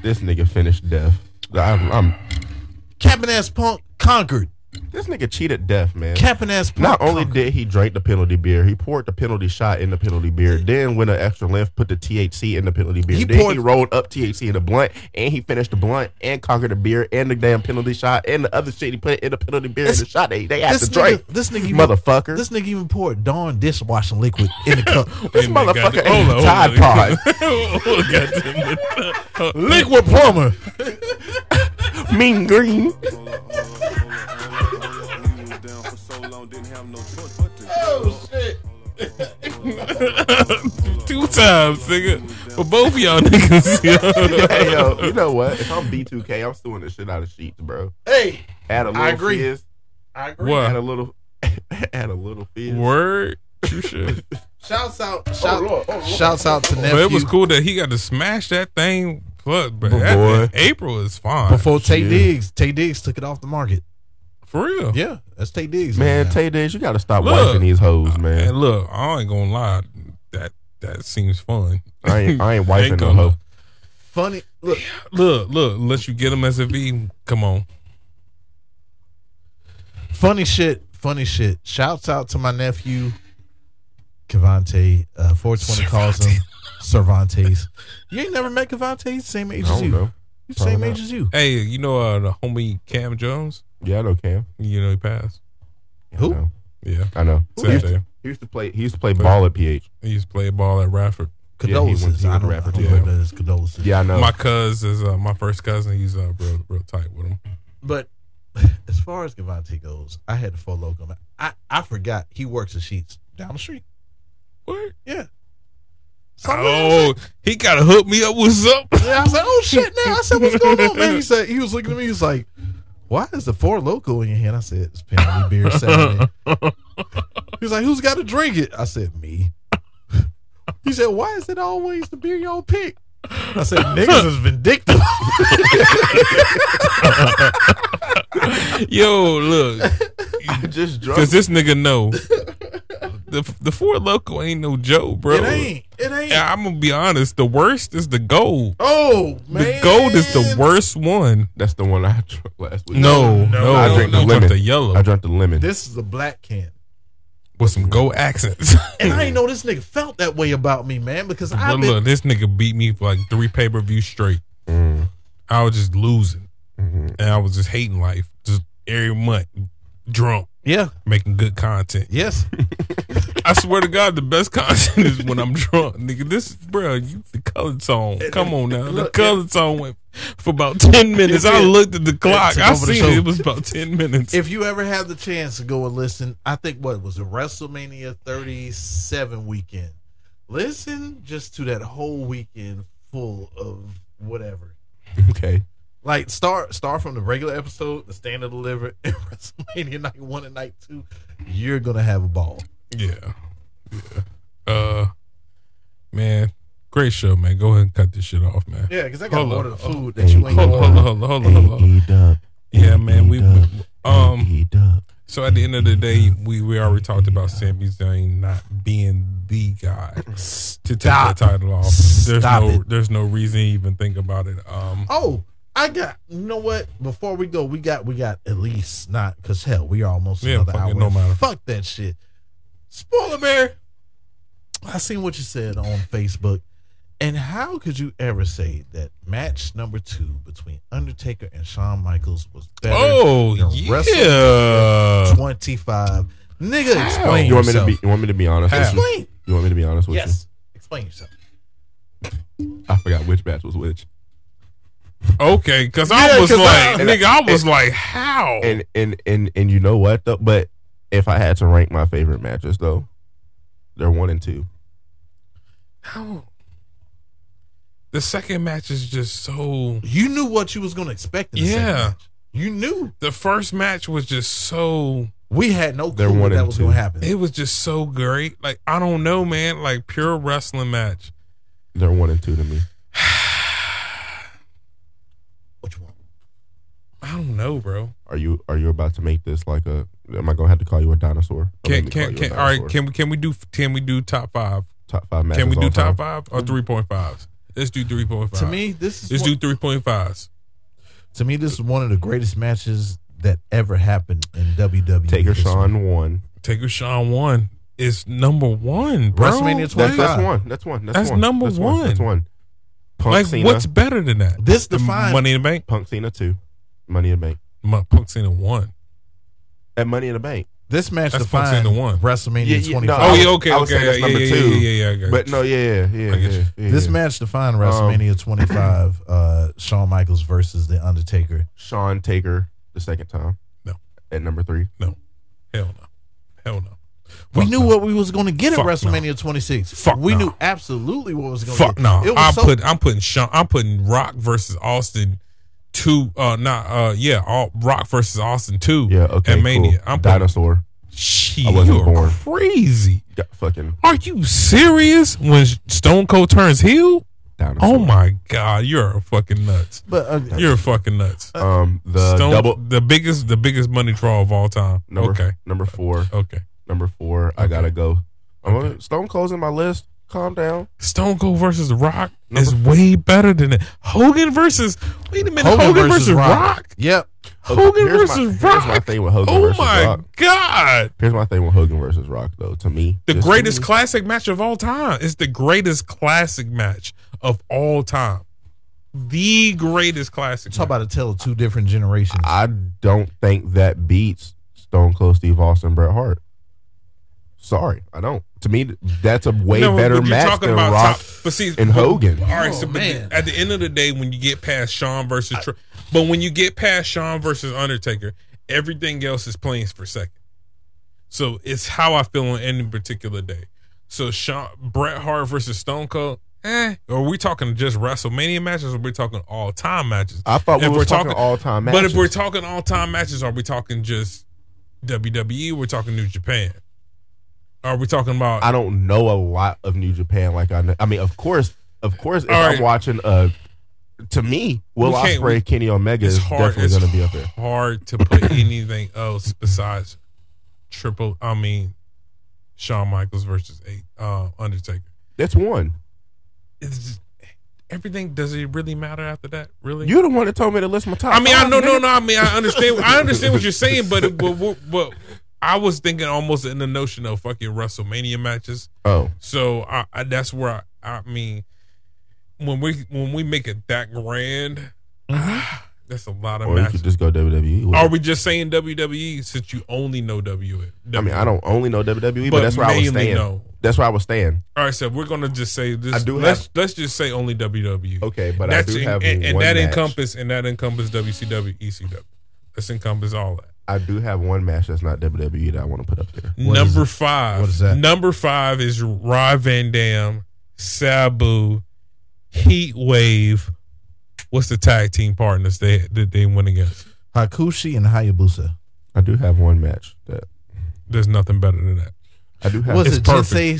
Speaker 2: this nigga finished death. I'm, I'm
Speaker 3: Captain ass punk conquered.
Speaker 2: this nigga cheated death, man.
Speaker 3: Captain ass punk.
Speaker 2: Not only did he drink the penalty beer, he poured the penalty shot in the penalty beer, then went an extra length, put the THC in the penalty beer.
Speaker 3: He
Speaker 2: then
Speaker 3: poured-
Speaker 2: he rolled up THC in the blunt, and he finished the blunt, and conquered the beer, and the damn penalty shot, and the other shit he put in the penalty beer,
Speaker 3: This-
Speaker 2: and the shot they, they had
Speaker 3: this
Speaker 2: to drink.
Speaker 3: nigga- this nigga even-
Speaker 2: motherfucker.
Speaker 3: This nigga even poured Dawn dishwashing liquid in the
Speaker 1: [laughs]
Speaker 3: cup.
Speaker 1: Wait
Speaker 2: this
Speaker 1: a minute,
Speaker 2: motherfucker
Speaker 1: goddamn-
Speaker 2: ate Tide Pod.
Speaker 1: [laughs] Hold on, goddamn it.
Speaker 3: liquid plumber.
Speaker 2: [laughs] mean
Speaker 3: [laughs]
Speaker 2: green.
Speaker 5: We was down for so long, didn't have no choice but to
Speaker 1: Two times, nigga. For both of y'all [laughs] niggas. yo.
Speaker 2: hey, yo, you know what? If I'm B2K, I'm suing the shit out of sheets, bro.
Speaker 3: Hey,
Speaker 2: Add a little
Speaker 3: agree.
Speaker 2: fizz.
Speaker 3: I agree.
Speaker 2: Add
Speaker 1: What?
Speaker 2: a little. [laughs] add a little fizz.
Speaker 1: Word? True shit.
Speaker 3: Shouts out, shout,
Speaker 2: Lord, oh, Lord.
Speaker 3: shouts out to nephew
Speaker 1: But it was cool that he got to smash that thing. Plus, but
Speaker 2: But
Speaker 1: that-
Speaker 2: boy.
Speaker 1: April is fine.
Speaker 3: before Tay
Speaker 2: Yeah.
Speaker 3: Diggs. Tay Diggs took it off the market.
Speaker 1: For real.
Speaker 3: Yeah, that's Tay Diggs.
Speaker 2: Man,
Speaker 3: now.
Speaker 2: Tay Diggs, you gotta stop
Speaker 1: Look.
Speaker 2: wiping these hoes, man.
Speaker 1: And look, I ain't gonna lie. That that seems fun.
Speaker 2: I ain't, I ain't wiping
Speaker 1: Ain't
Speaker 2: no hoe.
Speaker 1: gonna,
Speaker 3: funny. Look,
Speaker 1: look, look, unless you get him as a V, come on.
Speaker 3: funny shit. Funny shit. Shouts out to my nephew, Cavante. Uh, 420 calls him Cervantes. You ain't never met Cavante. Same age
Speaker 2: I
Speaker 3: as
Speaker 2: don't
Speaker 3: you.
Speaker 2: know.
Speaker 3: You Same
Speaker 2: Probably
Speaker 3: age
Speaker 2: not.
Speaker 3: as you.
Speaker 1: Hey, you know uh, the homie Cam Jones?
Speaker 2: Yeah, I know Cam.
Speaker 1: You know he passed.
Speaker 3: Who?
Speaker 2: I know.
Speaker 1: Yeah.
Speaker 2: I know. He used,
Speaker 1: Saturday.
Speaker 2: he used to play. He used to play ball at PH.
Speaker 1: He used to play ball at Radford.
Speaker 2: Yeah, he went- he
Speaker 3: Condolences.
Speaker 2: went
Speaker 3: I don't, I
Speaker 2: rapper
Speaker 3: don't
Speaker 2: too.
Speaker 3: know that it's
Speaker 2: Oh.
Speaker 3: condolences.
Speaker 2: Yeah, I know.
Speaker 1: My cuz is uh, my first cousin. He's uh, real, real tight with him.
Speaker 3: But [laughs] as far as Gavante goes, I had to follow him. I, I forgot he works at Sheets down the street.
Speaker 1: What?
Speaker 3: Yeah. So I'm like,
Speaker 1: Oh, he gotta hook me up with something.
Speaker 3: Yeah, I was like, oh shit, man. I said, what's going on, man? He said, he was looking at me. He's like, why is the four loco in your hand? I said, it's Penalty
Speaker 1: [laughs]
Speaker 3: Beer Saturday. He's like, who's got to drink it? I said, me. He said, why is it always the beer y'all pick? I said, niggas is vindictive.
Speaker 1: Yo, look,
Speaker 2: [laughs] I just drunk.
Speaker 1: cause this nigga know the the four local ain't no joke, [laughs] bro.
Speaker 3: it ain't. It ain't.
Speaker 1: Yeah, I'm gonna be honest. The worst is the gold.
Speaker 3: Oh, man.
Speaker 1: The gold is the worst one.
Speaker 2: That's the one I [laughs] drank last week.
Speaker 1: No, no,
Speaker 2: I drank
Speaker 1: no,
Speaker 2: the
Speaker 1: I
Speaker 2: lemon.
Speaker 1: drank the yellow
Speaker 2: I drank the lemon.
Speaker 3: This is a black can.
Speaker 1: with some gold
Speaker 2: [laughs]
Speaker 1: accents. [laughs]
Speaker 3: And I ain't know this nigga felt that way about me, man, because I've
Speaker 1: But
Speaker 3: been.
Speaker 1: look, this nigga beat me for like three pay per view straight.
Speaker 2: Mm.
Speaker 1: I was just losing,
Speaker 2: Mm-hmm.
Speaker 1: and I was just hating life. Just every month, drunk,
Speaker 3: Yeah.
Speaker 1: making good content.
Speaker 3: Yes.
Speaker 1: I swear to God, the best [laughs] content is when I'm drunk, nigga. This, bro, you the color tone. Come on now, the
Speaker 3: Look,
Speaker 1: color tone went for about ten minutes. I
Speaker 3: it-
Speaker 1: looked at the clock.
Speaker 3: took
Speaker 1: I
Speaker 3: over the
Speaker 1: seen it.
Speaker 3: show.
Speaker 1: It was about ten minutes.
Speaker 3: if you ever have the chance to go and listen, I think what was it, WrestleMania 37 weekend. Listen just to that whole weekend full of whatever.
Speaker 2: okay.
Speaker 3: Like start start from the regular episode, the stand and deliver, [laughs] and WrestleMania night one and night two. You're gonna have a ball.
Speaker 1: Yeah. Yeah. Uh man, great show, man. Go ahead and cut this shit off, man.
Speaker 3: Yeah, because I got
Speaker 1: Hold
Speaker 3: to
Speaker 1: on,
Speaker 3: order
Speaker 1: hold
Speaker 3: food that you ain't
Speaker 1: Hold on,
Speaker 3: gonna
Speaker 1: hold on, hold on, hold on, hold on. Yeah, man. We um so at the end of the day, we we already talked about Sami Zayn not being the guy to take the
Speaker 3: Stop.
Speaker 1: title off. There's
Speaker 3: Stop
Speaker 1: no
Speaker 3: it.
Speaker 1: there's no reason to even think about it. Um
Speaker 3: Oh, I got. You know what? Before we go, we got we got at least not because hell, we are almost
Speaker 1: Yeah,
Speaker 3: another
Speaker 1: fuck
Speaker 3: hour.
Speaker 1: it, no matter.
Speaker 3: Fuck that shit. Spoiler bear. I seen what you said on Facebook, and how could you ever say that match number two between Undertaker and Shawn Michaels was better?
Speaker 1: Oh
Speaker 3: than
Speaker 1: yeah.
Speaker 3: twenty five. Nigga, explain.
Speaker 2: You want me to
Speaker 3: yourself.
Speaker 2: be? You want me to be honest? With you?
Speaker 3: Explain.
Speaker 2: you want me to be honest with
Speaker 3: Yes, explain yourself.
Speaker 2: you? I forgot which batch was which.
Speaker 1: Okay, because I
Speaker 2: Yeah,
Speaker 1: was
Speaker 2: 'cause I-
Speaker 1: like, nigga, I was like, how?
Speaker 2: And and and and you know what though? But if I had to rank my favorite matches though, they're one and two.
Speaker 1: How? The second match is just so.
Speaker 3: You knew what you was gonna expect. In the second
Speaker 1: Yeah.
Speaker 3: match. you knew
Speaker 1: The first match was just so.
Speaker 3: we had no
Speaker 2: They're
Speaker 3: clue
Speaker 2: one
Speaker 3: what that
Speaker 2: and
Speaker 3: was
Speaker 2: two.
Speaker 3: gonna happen.
Speaker 1: It was just so great. Like I don't know, man. Like pure wrestling match.
Speaker 2: They're one and two to me.
Speaker 3: what you want?
Speaker 1: I don't know, bro.
Speaker 2: Are you are you about to make this like a? Am I gonna have to call you a dinosaur? Or let
Speaker 1: Can can
Speaker 2: me call you a
Speaker 1: can all right?
Speaker 2: dinosaur?
Speaker 1: Can we can we do can we do top five?
Speaker 2: top five matches?
Speaker 1: Can we
Speaker 2: all
Speaker 1: do top
Speaker 2: time?
Speaker 1: five or three point fives? Let's do three point five.
Speaker 3: To me, this is
Speaker 1: let's
Speaker 3: one-
Speaker 1: do three point fives.
Speaker 3: To me, this is one of the greatest matches that ever happened in WWE.
Speaker 2: Taker
Speaker 3: history.
Speaker 2: Sean one.
Speaker 1: Taker Sean one is number one, bro.
Speaker 3: WrestleMania
Speaker 2: That's,
Speaker 3: 25.
Speaker 2: that's one. That's one. That's,
Speaker 1: That's
Speaker 2: one.
Speaker 1: number
Speaker 2: that's
Speaker 1: Oh, one.
Speaker 2: That's one. Punk
Speaker 1: Like
Speaker 2: Cena.
Speaker 1: what's better than that?
Speaker 3: This
Speaker 1: The
Speaker 3: defines
Speaker 1: Money in the Bank.
Speaker 2: Punk Cena two? Money in the Bank.
Speaker 1: My Punk Cena one.
Speaker 2: At Money in the Bank.
Speaker 3: this match
Speaker 1: That's Punk
Speaker 3: defined
Speaker 1: Cena one.
Speaker 3: WrestleMania
Speaker 2: Yeah, yeah,
Speaker 3: 25.
Speaker 2: no,
Speaker 1: Oh yeah,
Speaker 2: I was-
Speaker 1: okay,
Speaker 2: I was
Speaker 1: okay,
Speaker 2: saying that's
Speaker 1: yeah,
Speaker 2: number
Speaker 1: yeah,
Speaker 2: two.
Speaker 1: yeah, yeah, yeah, I got
Speaker 2: But
Speaker 1: you.
Speaker 2: no, yeah, yeah, yeah.
Speaker 1: I get
Speaker 2: yeah,
Speaker 1: you.
Speaker 2: yeah,
Speaker 3: This
Speaker 2: yeah.
Speaker 3: match defined
Speaker 1: Um,
Speaker 3: WrestleMania 25, uh, Shawn Michaels versus The Undertaker.
Speaker 2: Sean Taker the second time.
Speaker 1: No.
Speaker 2: At number three.
Speaker 1: No. Hell no. Hell no.
Speaker 3: We
Speaker 1: Fuck
Speaker 3: knew
Speaker 1: no.
Speaker 3: what we was going to get
Speaker 1: Fuck
Speaker 3: at
Speaker 1: no.
Speaker 3: WrestleMania 26.
Speaker 1: Fuck
Speaker 3: we
Speaker 1: no.
Speaker 3: knew absolutely what was going to
Speaker 1: Fuck no.
Speaker 3: It was
Speaker 1: I
Speaker 3: so,
Speaker 1: put I'm putting Sean I'm putting Rock versus Austin two uh not uh yeah, all Rock versus Austin two
Speaker 2: Yeah, okay.
Speaker 1: and
Speaker 2: cool.
Speaker 1: Mania. I'm putting
Speaker 2: Dinosaur.
Speaker 1: shit,
Speaker 2: I wasn't
Speaker 1: you are
Speaker 2: born.
Speaker 1: crazy.
Speaker 2: Yeah, fucking
Speaker 1: Are you serious? When Stone Cold turns heel?
Speaker 2: dinosaur.
Speaker 1: Oh my god, you're fucking nuts.
Speaker 3: but uh,
Speaker 1: You're fucking nuts.
Speaker 2: Um the
Speaker 1: Stone
Speaker 2: double
Speaker 1: the biggest the biggest money draw of all time.
Speaker 2: number
Speaker 1: okay.
Speaker 2: number four.
Speaker 1: Okay.
Speaker 2: Number four. I gotta go. I'm gonna- Stone Cold's in my list. Calm down.
Speaker 1: Stone Cold versus Rock is way better than that. Hogan versus wait a minute, Hogan, versus, Rock.
Speaker 3: Yep.
Speaker 1: Hogan
Speaker 2: Here's my-
Speaker 1: versus
Speaker 2: Here's my
Speaker 1: Rock?
Speaker 2: thing with Hogan
Speaker 1: Oh
Speaker 2: versus
Speaker 1: my
Speaker 2: Rock.
Speaker 1: god!
Speaker 2: Here's my thing with Hogan versus Rock though. To me,
Speaker 1: The
Speaker 2: just to
Speaker 1: greatest
Speaker 2: me,
Speaker 1: classic match of all time. It's the greatest classic match of all time. The greatest classic.
Speaker 3: Talk about a tale of two different generations.
Speaker 2: I don't think that beats Stone Cold Steve Austin Bret Hart. Sorry, I don't. To me, that's a
Speaker 1: match.
Speaker 2: way
Speaker 1: No,
Speaker 2: better
Speaker 1: but you're
Speaker 2: match
Speaker 1: talking
Speaker 2: than
Speaker 1: about
Speaker 2: Rock
Speaker 1: top- but see,
Speaker 2: and Hogan.
Speaker 1: All right,
Speaker 3: Oh,
Speaker 1: so but
Speaker 3: man.
Speaker 1: the- at the end of the day, when you get past Sean versus, Tr- but when you get past Sean versus Undertaker, Everything else is planes per second. So it's how I feel on any particular day. So Sean, Bret Hart versus Stone Cold. Eh, are we talking just WrestleMania matches, or we talking all time matches?
Speaker 2: I thought we were talking all-time
Speaker 1: But
Speaker 2: Uh, matches.
Speaker 1: if we're talking all time matches, are we talking just WWE? We're talking New Japan. Are we talking about?
Speaker 2: I don't know a lot of New Japan. Like I, know, I mean, of course, of course, if
Speaker 1: All right.
Speaker 2: I'm watching, uh, to me, Will
Speaker 1: We can't-
Speaker 2: Ospreay, Kenny Omega
Speaker 1: it's
Speaker 2: is
Speaker 1: hard.
Speaker 2: definitely
Speaker 1: It's
Speaker 2: going to be up there.
Speaker 1: hard to put
Speaker 2: [coughs]
Speaker 1: anything else besides triple. I mean, Shawn Michaels versus eight, uh, Undertaker.
Speaker 2: That's one.
Speaker 1: It's just, everything. Does it really matter after that? Really?
Speaker 2: You're the one that told me to list my top.
Speaker 1: I mean, I
Speaker 2: five,
Speaker 1: no,
Speaker 2: nigga.
Speaker 1: no, no. I mean, I understand. I understand what you're saying,
Speaker 2: [laughs]
Speaker 1: but but but- but I was thinking almost in the notion of fucking WrestleMania matches.
Speaker 2: Oh,
Speaker 1: So I, I that's where I, I mean, when we when we make it that grand, [sighs] that's a lot of
Speaker 2: Mm-hmm. or you
Speaker 1: matches.
Speaker 2: could just go E. WWE. with
Speaker 1: Are
Speaker 2: it.
Speaker 1: we just saying WWE since you only know W? E?
Speaker 2: I mean, I don't only know WWE, but,
Speaker 1: But
Speaker 2: that's where I was
Speaker 1: mainly
Speaker 2: staying.
Speaker 1: no.
Speaker 2: That's where I was staying.
Speaker 1: All right, so we're gonna just say this.
Speaker 2: I do
Speaker 1: let's
Speaker 2: have-
Speaker 1: let's just say only WWE.
Speaker 2: Okay, but
Speaker 1: that's
Speaker 2: I do
Speaker 1: en-
Speaker 2: have
Speaker 1: and, and
Speaker 2: one
Speaker 1: that
Speaker 2: match.
Speaker 1: encompass and that encompass WCW, ECW. E Let's encompass all that.
Speaker 2: I do have one match that's not WWE that I want to put up there.
Speaker 1: number five.
Speaker 3: What is that?
Speaker 1: Number five is Rod Van Dam, Sabu, Heat Wave. What's the tag team partners they that they went against?
Speaker 3: Hakushi and Hayabusa.
Speaker 2: I do have one match that
Speaker 1: There's nothing better than that.
Speaker 2: I do have.
Speaker 3: Was it
Speaker 1: perfect.
Speaker 3: Jinsei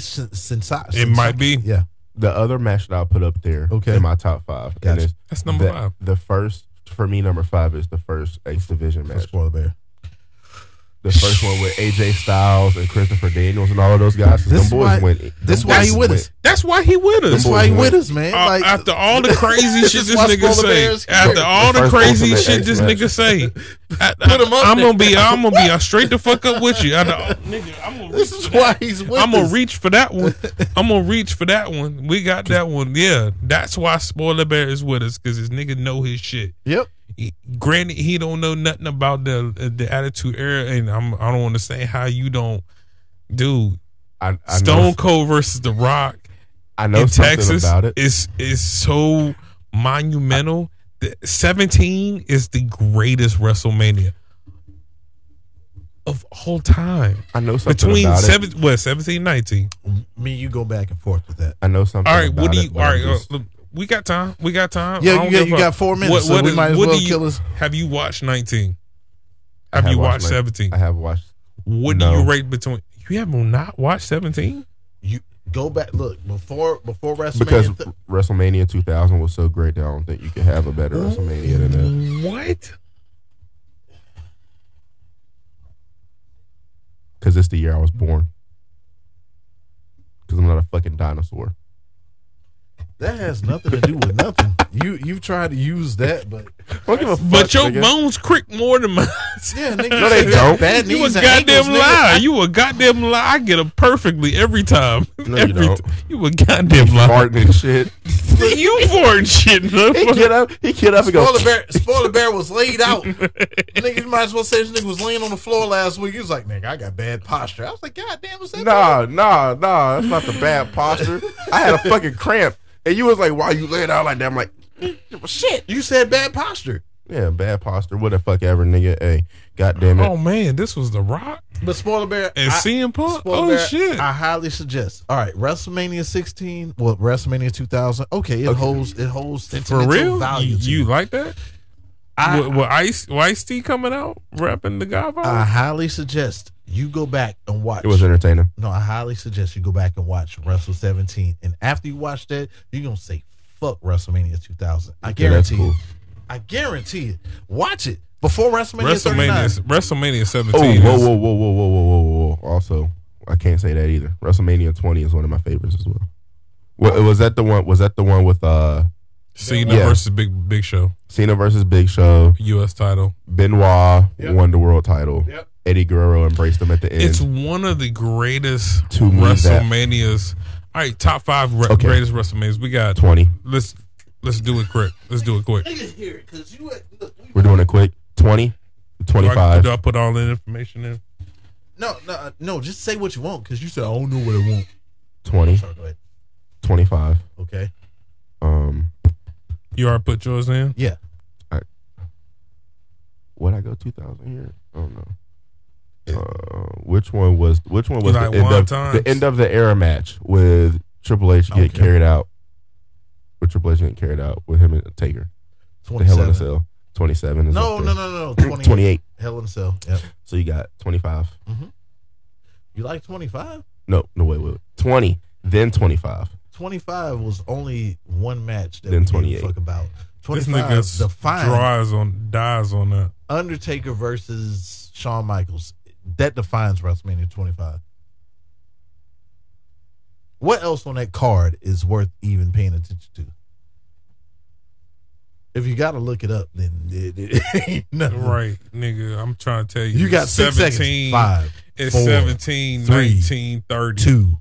Speaker 3: Sensai?
Speaker 1: It might be.
Speaker 3: Yeah.
Speaker 2: the other match that I'll put up there
Speaker 3: Okay.
Speaker 2: in my top five. and
Speaker 3: Gotcha.
Speaker 2: it's
Speaker 1: That's number
Speaker 2: the,
Speaker 1: five.
Speaker 2: The first for me, number five is the first X Division
Speaker 3: For
Speaker 2: match.
Speaker 3: spoiler bear.
Speaker 2: The first one with AJ Styles and Christopher Daniels and all of those guys. 'cause
Speaker 3: This
Speaker 2: them boys
Speaker 3: why-
Speaker 2: went.
Speaker 3: This
Speaker 2: them
Speaker 3: why
Speaker 2: boys
Speaker 3: he with
Speaker 2: went-
Speaker 3: us.
Speaker 1: That's why he with us.
Speaker 3: This why he with us, man.
Speaker 1: Uh,
Speaker 3: Like
Speaker 1: after all the [laughs] crazy shit this
Speaker 3: why
Speaker 1: nigga
Speaker 3: Spoiler Bears
Speaker 1: say, after
Speaker 2: here.
Speaker 1: all the
Speaker 2: First
Speaker 1: crazy
Speaker 2: Ultimate
Speaker 1: shit
Speaker 2: X
Speaker 1: this
Speaker 2: match.
Speaker 1: nigga say, I, [laughs] Put him up I'm gonna be, I'm gonna [laughs] be uh, straight the fuck up with you. I, nigga, I'm gonna
Speaker 3: this is why he's with
Speaker 1: I'm
Speaker 3: us.
Speaker 1: gonna reach for that [laughs] one. I'm gonna reach for that one. We got that one. Yeah, that's why Spoiler Bear is with us because his nigga know his shit.
Speaker 3: Yep.
Speaker 1: He- granted, he don't know nothing about the uh, the Attitude Era, and I'm I don't understand how you don't, dude.
Speaker 2: I, I
Speaker 1: Stone
Speaker 2: know,
Speaker 1: Cold versus The Rock
Speaker 2: I know
Speaker 1: in
Speaker 2: something
Speaker 1: Texas
Speaker 2: about it.
Speaker 1: is is so monumental. The- Seventeen is the greatest WrestleMania of all time.
Speaker 2: I know something
Speaker 1: Between
Speaker 2: about it.
Speaker 1: seven, what 17, 19.
Speaker 3: Me, and you go back and forth with that.
Speaker 2: I know something.
Speaker 1: All right,
Speaker 2: about
Speaker 1: what do
Speaker 2: it,
Speaker 1: you?
Speaker 2: but
Speaker 1: All right,
Speaker 2: I'm just-
Speaker 1: uh, look, we got time. We got time.
Speaker 3: Yeah,
Speaker 1: I don't
Speaker 3: you got-
Speaker 1: give a
Speaker 3: you
Speaker 1: fuck.
Speaker 3: got four minutes, so we might as well
Speaker 1: do you,
Speaker 3: kill us.
Speaker 1: Have you watched nineteen?
Speaker 2: I
Speaker 1: Have, you
Speaker 2: watched
Speaker 1: watched
Speaker 2: my-
Speaker 1: seventeen?
Speaker 2: I have watched.
Speaker 1: What do
Speaker 2: No.
Speaker 1: you rate between? You have not watched seventeen.
Speaker 3: You go back. Look before before WrestleMania.
Speaker 2: Because
Speaker 3: th-
Speaker 2: WrestleMania 2000 was so great that I don't think you could have a better WrestleMania than that.
Speaker 1: What?
Speaker 2: Because it's the year I was born. Because I'm not a
Speaker 1: [laughs]
Speaker 2: fucking dinosaur.
Speaker 3: that has nothing to do with nothing. You you've tried to use that, but
Speaker 2: Don't give a fuck,
Speaker 1: But your
Speaker 2: nigga.
Speaker 1: bones crick more than mine. [laughs]
Speaker 3: [laughs] yeah, nigga,
Speaker 2: No, they
Speaker 3: you got
Speaker 2: don't.
Speaker 3: Bad
Speaker 1: You a
Speaker 3: knees and
Speaker 1: goddamn
Speaker 3: ankles, nigga.
Speaker 1: liar. You a goddamn liar. I get them perfectly every time.
Speaker 2: [laughs] No, you
Speaker 1: every
Speaker 2: don't.
Speaker 1: T- you a goddamn liar.
Speaker 2: farting and shit.
Speaker 1: [laughs] you farting shit,
Speaker 2: He
Speaker 1: motherfucker.
Speaker 2: get up. He get up and go.
Speaker 3: Spoiler bear, spoiler bear was
Speaker 1: [laughs]
Speaker 3: laid out. nigga, you might as well say this nigga was laying on the floor last week. He was like, nigga, I got bad posture. I was like, God damn, what's that?
Speaker 2: Nah, nah, nah. That's not the bad posture. I [laughs] had a fucking cramp, and you was like, "Why you laying out like that?" I'm like,
Speaker 3: Shit, you said bad posture.
Speaker 2: "Yeah, bad posture. What the fuck ever, nigga. Hey, goddamn it.
Speaker 1: Oh man, this was the Rock
Speaker 3: But spoiler bear,
Speaker 1: and
Speaker 3: I-
Speaker 1: CM Punk.
Speaker 3: spoiler
Speaker 1: Oh
Speaker 3: bear,
Speaker 1: shit.
Speaker 3: I highly suggest. All right, WrestleMania 16, well, WrestleMania 2000. Okay, it holds it holds
Speaker 1: For
Speaker 3: sentimental
Speaker 1: real?
Speaker 3: value.
Speaker 1: You,
Speaker 3: to
Speaker 1: you
Speaker 3: me.
Speaker 1: like that?
Speaker 3: I-
Speaker 1: with, with Ice, with Ice T coming out rapping the Godfather.
Speaker 3: I highly suggest you go back and watch.
Speaker 2: It was entertaining.
Speaker 3: no, I highly suggest you go back and watch Wrestle 17. And after you watch that, you're gonna say fuck WrestleMania 2000. I
Speaker 2: Yeah, that's
Speaker 3: guarantee
Speaker 2: cool.
Speaker 3: it. I guarantee it. Watch it before WrestleMania.
Speaker 1: WrestleMania,
Speaker 3: 39.
Speaker 1: WrestleMania
Speaker 2: Oh,
Speaker 1: 17.
Speaker 2: whoa,
Speaker 1: is-
Speaker 2: whoa, whoa, whoa, whoa, whoa, whoa, whoa. Also, I can't say that either. WrestleMania 20 is one of my favorites as well. What, was that the one? Was that the one with uh
Speaker 1: Cena
Speaker 2: Yeah.
Speaker 1: versus Big Big Show,
Speaker 2: Cena versus Big Show?
Speaker 1: U.S. title.
Speaker 2: Benoit won the world title.
Speaker 3: Yep.
Speaker 2: Eddie Guerrero embraced him at the end.
Speaker 1: It's one of the greatest
Speaker 2: To me, that-
Speaker 1: WrestleManias. All right, top five re-
Speaker 2: Okay.
Speaker 1: greatest WrestleManias. We got
Speaker 2: 20.
Speaker 1: let's let's do it quick. Let's do it quick. Do
Speaker 3: Nigga, hear it, 'cause you at- look, we-
Speaker 2: We're doing it quick.
Speaker 1: I,
Speaker 2: 20, 25.
Speaker 1: do I put all that information in?
Speaker 3: No, no, no. Just say what you want because you said I don't know what I want.
Speaker 2: 20,
Speaker 3: Sorry, go ahead.
Speaker 2: 25.
Speaker 3: Okay.
Speaker 2: Um,
Speaker 1: You already put yours in.
Speaker 3: Yeah.
Speaker 2: what I go 2000 here? I don't know. Uh, which one was which one was
Speaker 1: Like
Speaker 2: the, end of,
Speaker 1: wontons?
Speaker 2: the end of the era match with Triple H getting
Speaker 3: Okay.
Speaker 2: carried out? With Triple H getting carried out with him and Taker. The Hell in a
Speaker 3: 27.
Speaker 2: Cell. Twenty seven is
Speaker 3: No,
Speaker 2: up
Speaker 3: no,
Speaker 2: there. [laughs]
Speaker 3: no, no, 28.
Speaker 2: 28.
Speaker 3: Hell in a Cell. Yep.
Speaker 2: So you got twenty five.
Speaker 3: You like 25?
Speaker 2: No, no, wait, wait. Twenty, then twenty five.
Speaker 3: 25 was only one match that
Speaker 2: Then
Speaker 3: we didn't
Speaker 2: 28.
Speaker 3: fuck about.
Speaker 1: This
Speaker 3: 25
Speaker 1: nigga
Speaker 3: is the final
Speaker 1: draws on dies on that.
Speaker 3: Undertaker versus Shawn Michaels. That defines WrestleMania 25. What else on that card is worth even paying attention to? If you got to look it up, then it, it [laughs] ain't nothing.
Speaker 1: Right, nigga. I'm trying to tell you.
Speaker 3: You got six seconds. Five,
Speaker 1: It's
Speaker 3: four,
Speaker 1: 17,
Speaker 3: three,
Speaker 1: 19, 30.
Speaker 3: two,